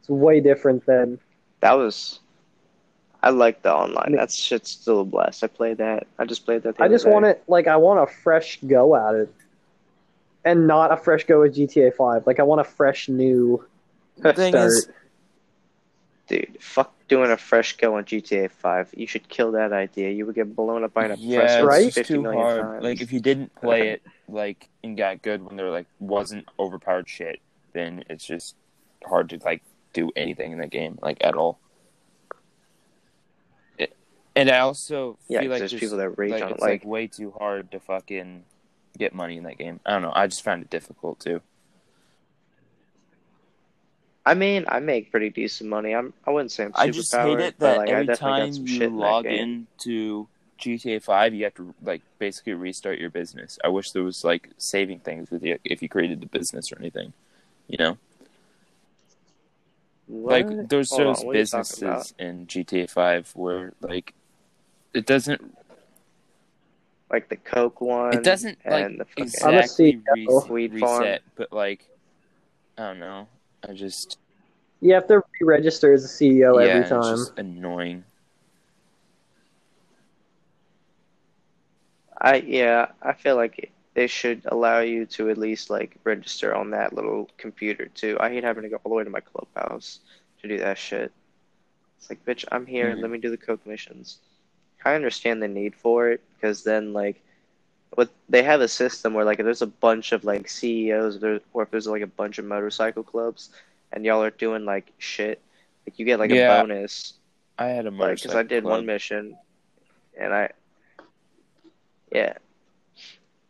[SPEAKER 2] it's way different than
[SPEAKER 3] that was. I like the online.
[SPEAKER 2] Me-
[SPEAKER 3] That shit's still a blast. I played that. I just played that. The
[SPEAKER 2] I
[SPEAKER 3] other
[SPEAKER 2] just
[SPEAKER 3] day.
[SPEAKER 2] want it like I want a fresh go at it, and not a fresh go at GTA Five. Like I want a fresh new
[SPEAKER 1] Thing
[SPEAKER 2] start.
[SPEAKER 1] is,
[SPEAKER 3] Dude, fuck doing a fresh go on GTA 5. You should kill that idea. You would get blown up by an
[SPEAKER 1] yeah,
[SPEAKER 3] oppressor
[SPEAKER 2] Right?
[SPEAKER 1] it's
[SPEAKER 3] fifty
[SPEAKER 1] just too
[SPEAKER 3] million
[SPEAKER 1] hard.
[SPEAKER 3] times.
[SPEAKER 1] Like if you didn't play it like and got good when there like wasn't overpowered shit, then it's just hard to like do anything in the game like at all. It, and I also
[SPEAKER 3] yeah,
[SPEAKER 1] feel
[SPEAKER 3] 'cause
[SPEAKER 1] like
[SPEAKER 3] there's
[SPEAKER 1] there's-
[SPEAKER 3] people that rage
[SPEAKER 1] like,
[SPEAKER 3] on it.
[SPEAKER 1] it's like
[SPEAKER 3] Like,
[SPEAKER 1] way too hard to fucking get money in that game. I don't know. I just found it difficult too.
[SPEAKER 3] I mean, I make pretty decent money. I'm. I wouldn't say I'm super
[SPEAKER 1] I just hate it
[SPEAKER 3] but
[SPEAKER 1] that
[SPEAKER 3] like, I
[SPEAKER 1] every
[SPEAKER 3] definitely
[SPEAKER 1] time
[SPEAKER 3] got some
[SPEAKER 1] you
[SPEAKER 3] shit in that
[SPEAKER 1] log
[SPEAKER 3] game.
[SPEAKER 1] into GTA Five, you have to like basically restart your business. I wish there was like saving things with you if you created the business or anything. You know, like
[SPEAKER 3] What?
[SPEAKER 1] there's
[SPEAKER 3] Hold on,
[SPEAKER 1] those
[SPEAKER 3] what are you talking about?
[SPEAKER 1] businesses in GTA Five where like it doesn't
[SPEAKER 3] like the Coke one.
[SPEAKER 1] it doesn't
[SPEAKER 3] and
[SPEAKER 1] like
[SPEAKER 3] the fucking
[SPEAKER 2] I'm a
[SPEAKER 1] exactly
[SPEAKER 2] CEO.
[SPEAKER 1] res-
[SPEAKER 3] Weed farm.
[SPEAKER 1] reset, but like I don't know. I just
[SPEAKER 2] You have to re-register as a CEO
[SPEAKER 1] yeah,
[SPEAKER 2] every
[SPEAKER 1] it's
[SPEAKER 2] time.
[SPEAKER 1] just annoying.
[SPEAKER 3] I yeah. I feel like they should allow you to at least like register on that little computer too. I hate having to go all the way to my clubhouse to do that shit. It's like, bitch, I'm here.
[SPEAKER 1] Mhm.
[SPEAKER 3] Let me do the Coke missions. I understand the need for it because then, like, what they have a system where, like, if there's a bunch of like CEOs, if there, or if there's like a bunch of motorcycle clubs, and y'all are doing like shit, like you get like
[SPEAKER 1] Yeah.
[SPEAKER 3] a bonus
[SPEAKER 1] I had a
[SPEAKER 3] Like,
[SPEAKER 1] motorcycle.
[SPEAKER 3] because I did
[SPEAKER 1] club.
[SPEAKER 3] one mission, and I, yeah.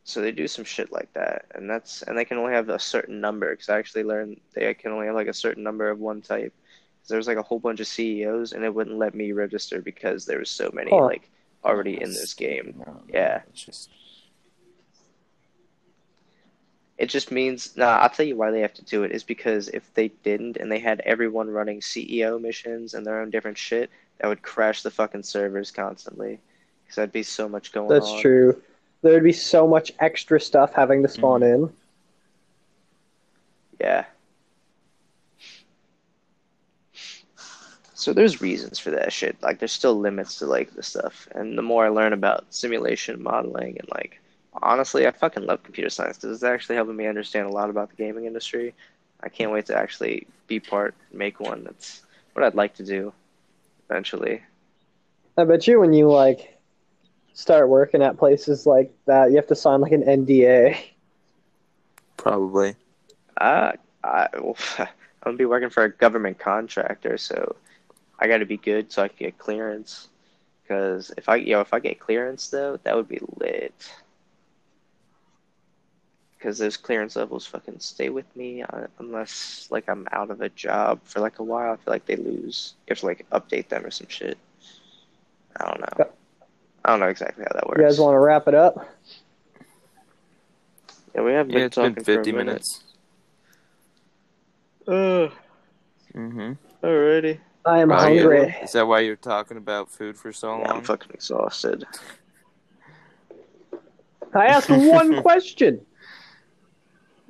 [SPEAKER 3] So they do some shit like that, and that's and they can only have a certain number. Because I actually learned they can only have like a certain number of one type. 'Cause there was like a whole bunch of CEOs, and it wouldn't let me register because there was so many
[SPEAKER 2] Huh.
[SPEAKER 3] like already in this game.
[SPEAKER 1] No, no,
[SPEAKER 3] Yeah.
[SPEAKER 1] it's just
[SPEAKER 3] It just means nah. I'll tell you why they have to do it is because if they didn't and they had everyone running CEO missions and their own different shit, that would crash the fucking servers constantly. Because that'd be so much going
[SPEAKER 2] That's
[SPEAKER 3] on.
[SPEAKER 2] true. There'd be so much extra stuff having to spawn
[SPEAKER 1] Mm-hmm.
[SPEAKER 2] in.
[SPEAKER 3] Yeah. So there's reasons for that shit. Like there's still limits to like the stuff. And the more I learn about simulation modeling and like honestly, I fucking love computer science because it's actually helping me understand a lot about the gaming industry. I can't wait to actually be part, make one. That's what I'd like to do eventually.
[SPEAKER 2] I bet you when you like start working at places like that, you have to sign like an NDA.
[SPEAKER 1] probably.
[SPEAKER 3] Uh, I, well, I'm gonna be working for a government contractor, so I gotta be good so I can get clearance. Because if I, yo, if I get clearance though, that would be lit. Because those clearance levels fucking stay with me uh, unless like I'm out of a job for like a while. I feel like they lose. You have to like update them or some shit. I don't know. I don't know exactly how that works.
[SPEAKER 2] You guys want to wrap it up?
[SPEAKER 3] yeah, we have been
[SPEAKER 1] Yeah, it's
[SPEAKER 3] talking
[SPEAKER 1] been
[SPEAKER 3] for a
[SPEAKER 1] 50
[SPEAKER 3] minute.
[SPEAKER 1] minutes.
[SPEAKER 3] Ugh,
[SPEAKER 1] Mm-hmm.
[SPEAKER 3] alrighty.
[SPEAKER 2] I am
[SPEAKER 1] Wow, Oh, yeah.
[SPEAKER 2] hungry.
[SPEAKER 1] Is that why you're talking about food for so
[SPEAKER 3] Yeah, I'm
[SPEAKER 1] long?
[SPEAKER 3] fucking exhausted.
[SPEAKER 2] I asked one question.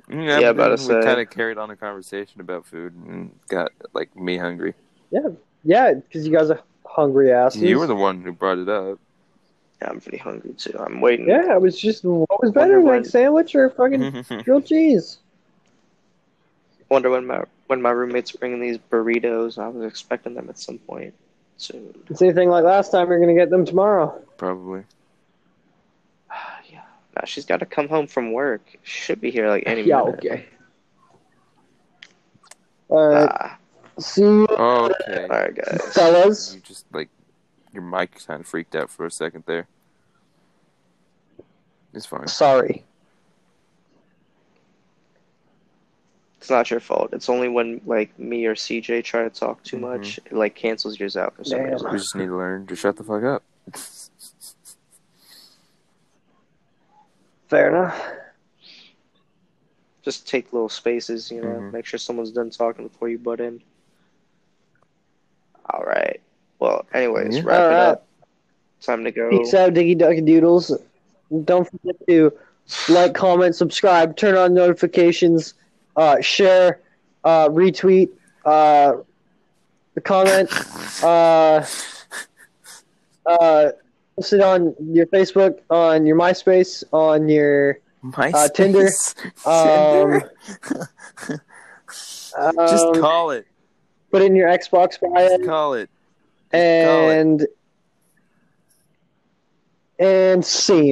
[SPEAKER 1] Yeah,
[SPEAKER 3] Yeah,
[SPEAKER 1] but then
[SPEAKER 3] about to
[SPEAKER 1] Mm, we
[SPEAKER 3] say.
[SPEAKER 1] kind of carried on a conversation about food and got like me hungry.
[SPEAKER 2] Yeah, because you guys are hungry asses.
[SPEAKER 1] You were the one who brought it up.
[SPEAKER 3] Yeah, I'm pretty hungry too. I'm waiting.
[SPEAKER 2] Yeah, it was just what was
[SPEAKER 3] Wonder
[SPEAKER 2] better,
[SPEAKER 3] when-
[SPEAKER 2] like sandwich or fucking
[SPEAKER 1] yeah,
[SPEAKER 2] grilled cheese.
[SPEAKER 3] Wonder when my when my roommates bringing these burritos. I was expecting them at some point soon.
[SPEAKER 2] It's anything like last time. You're gonna get them tomorrow.
[SPEAKER 1] probably.
[SPEAKER 3] yeah. Nah, she's got to come home from work. Should be here like any
[SPEAKER 2] yeah,
[SPEAKER 3] minute.
[SPEAKER 2] okay. All right,
[SPEAKER 3] Ah,
[SPEAKER 2] see you,
[SPEAKER 1] Okay.
[SPEAKER 3] all right, guys.
[SPEAKER 2] fellas.
[SPEAKER 1] You just like your mic kind of freaked out for a second there. It's fine.
[SPEAKER 2] Sorry.
[SPEAKER 3] It's not your fault. It's only when like me or CJ try to talk too much, it like cancels yours out for some
[SPEAKER 2] Mm-hmm. Damn.
[SPEAKER 3] reason.
[SPEAKER 1] We just need to learn to shut the fuck up.
[SPEAKER 2] Fair enough.
[SPEAKER 3] Just take little spaces, you know.
[SPEAKER 2] Mm-hmm.
[SPEAKER 1] Mhm.
[SPEAKER 3] Make sure someone's done talking before you butt in. All right. Well, anyways,
[SPEAKER 1] Yeah.
[SPEAKER 3] wrap
[SPEAKER 2] All
[SPEAKER 3] it
[SPEAKER 2] right.
[SPEAKER 3] up. Time to go.
[SPEAKER 2] Mm-hmm. Uh, Peace out, Diggy Ducky Doodles. Don't forget to like, comment, subscribe, turn on notifications, uh, share, uh, retweet, uh, comment, uh, uh, post it on your Facebook, on your MySpace, on your
[SPEAKER 1] My
[SPEAKER 2] Tinder. um,
[SPEAKER 1] just
[SPEAKER 2] um,
[SPEAKER 1] call it.
[SPEAKER 2] put in your Xbox bio
[SPEAKER 1] Just call it. call it.
[SPEAKER 2] and and see.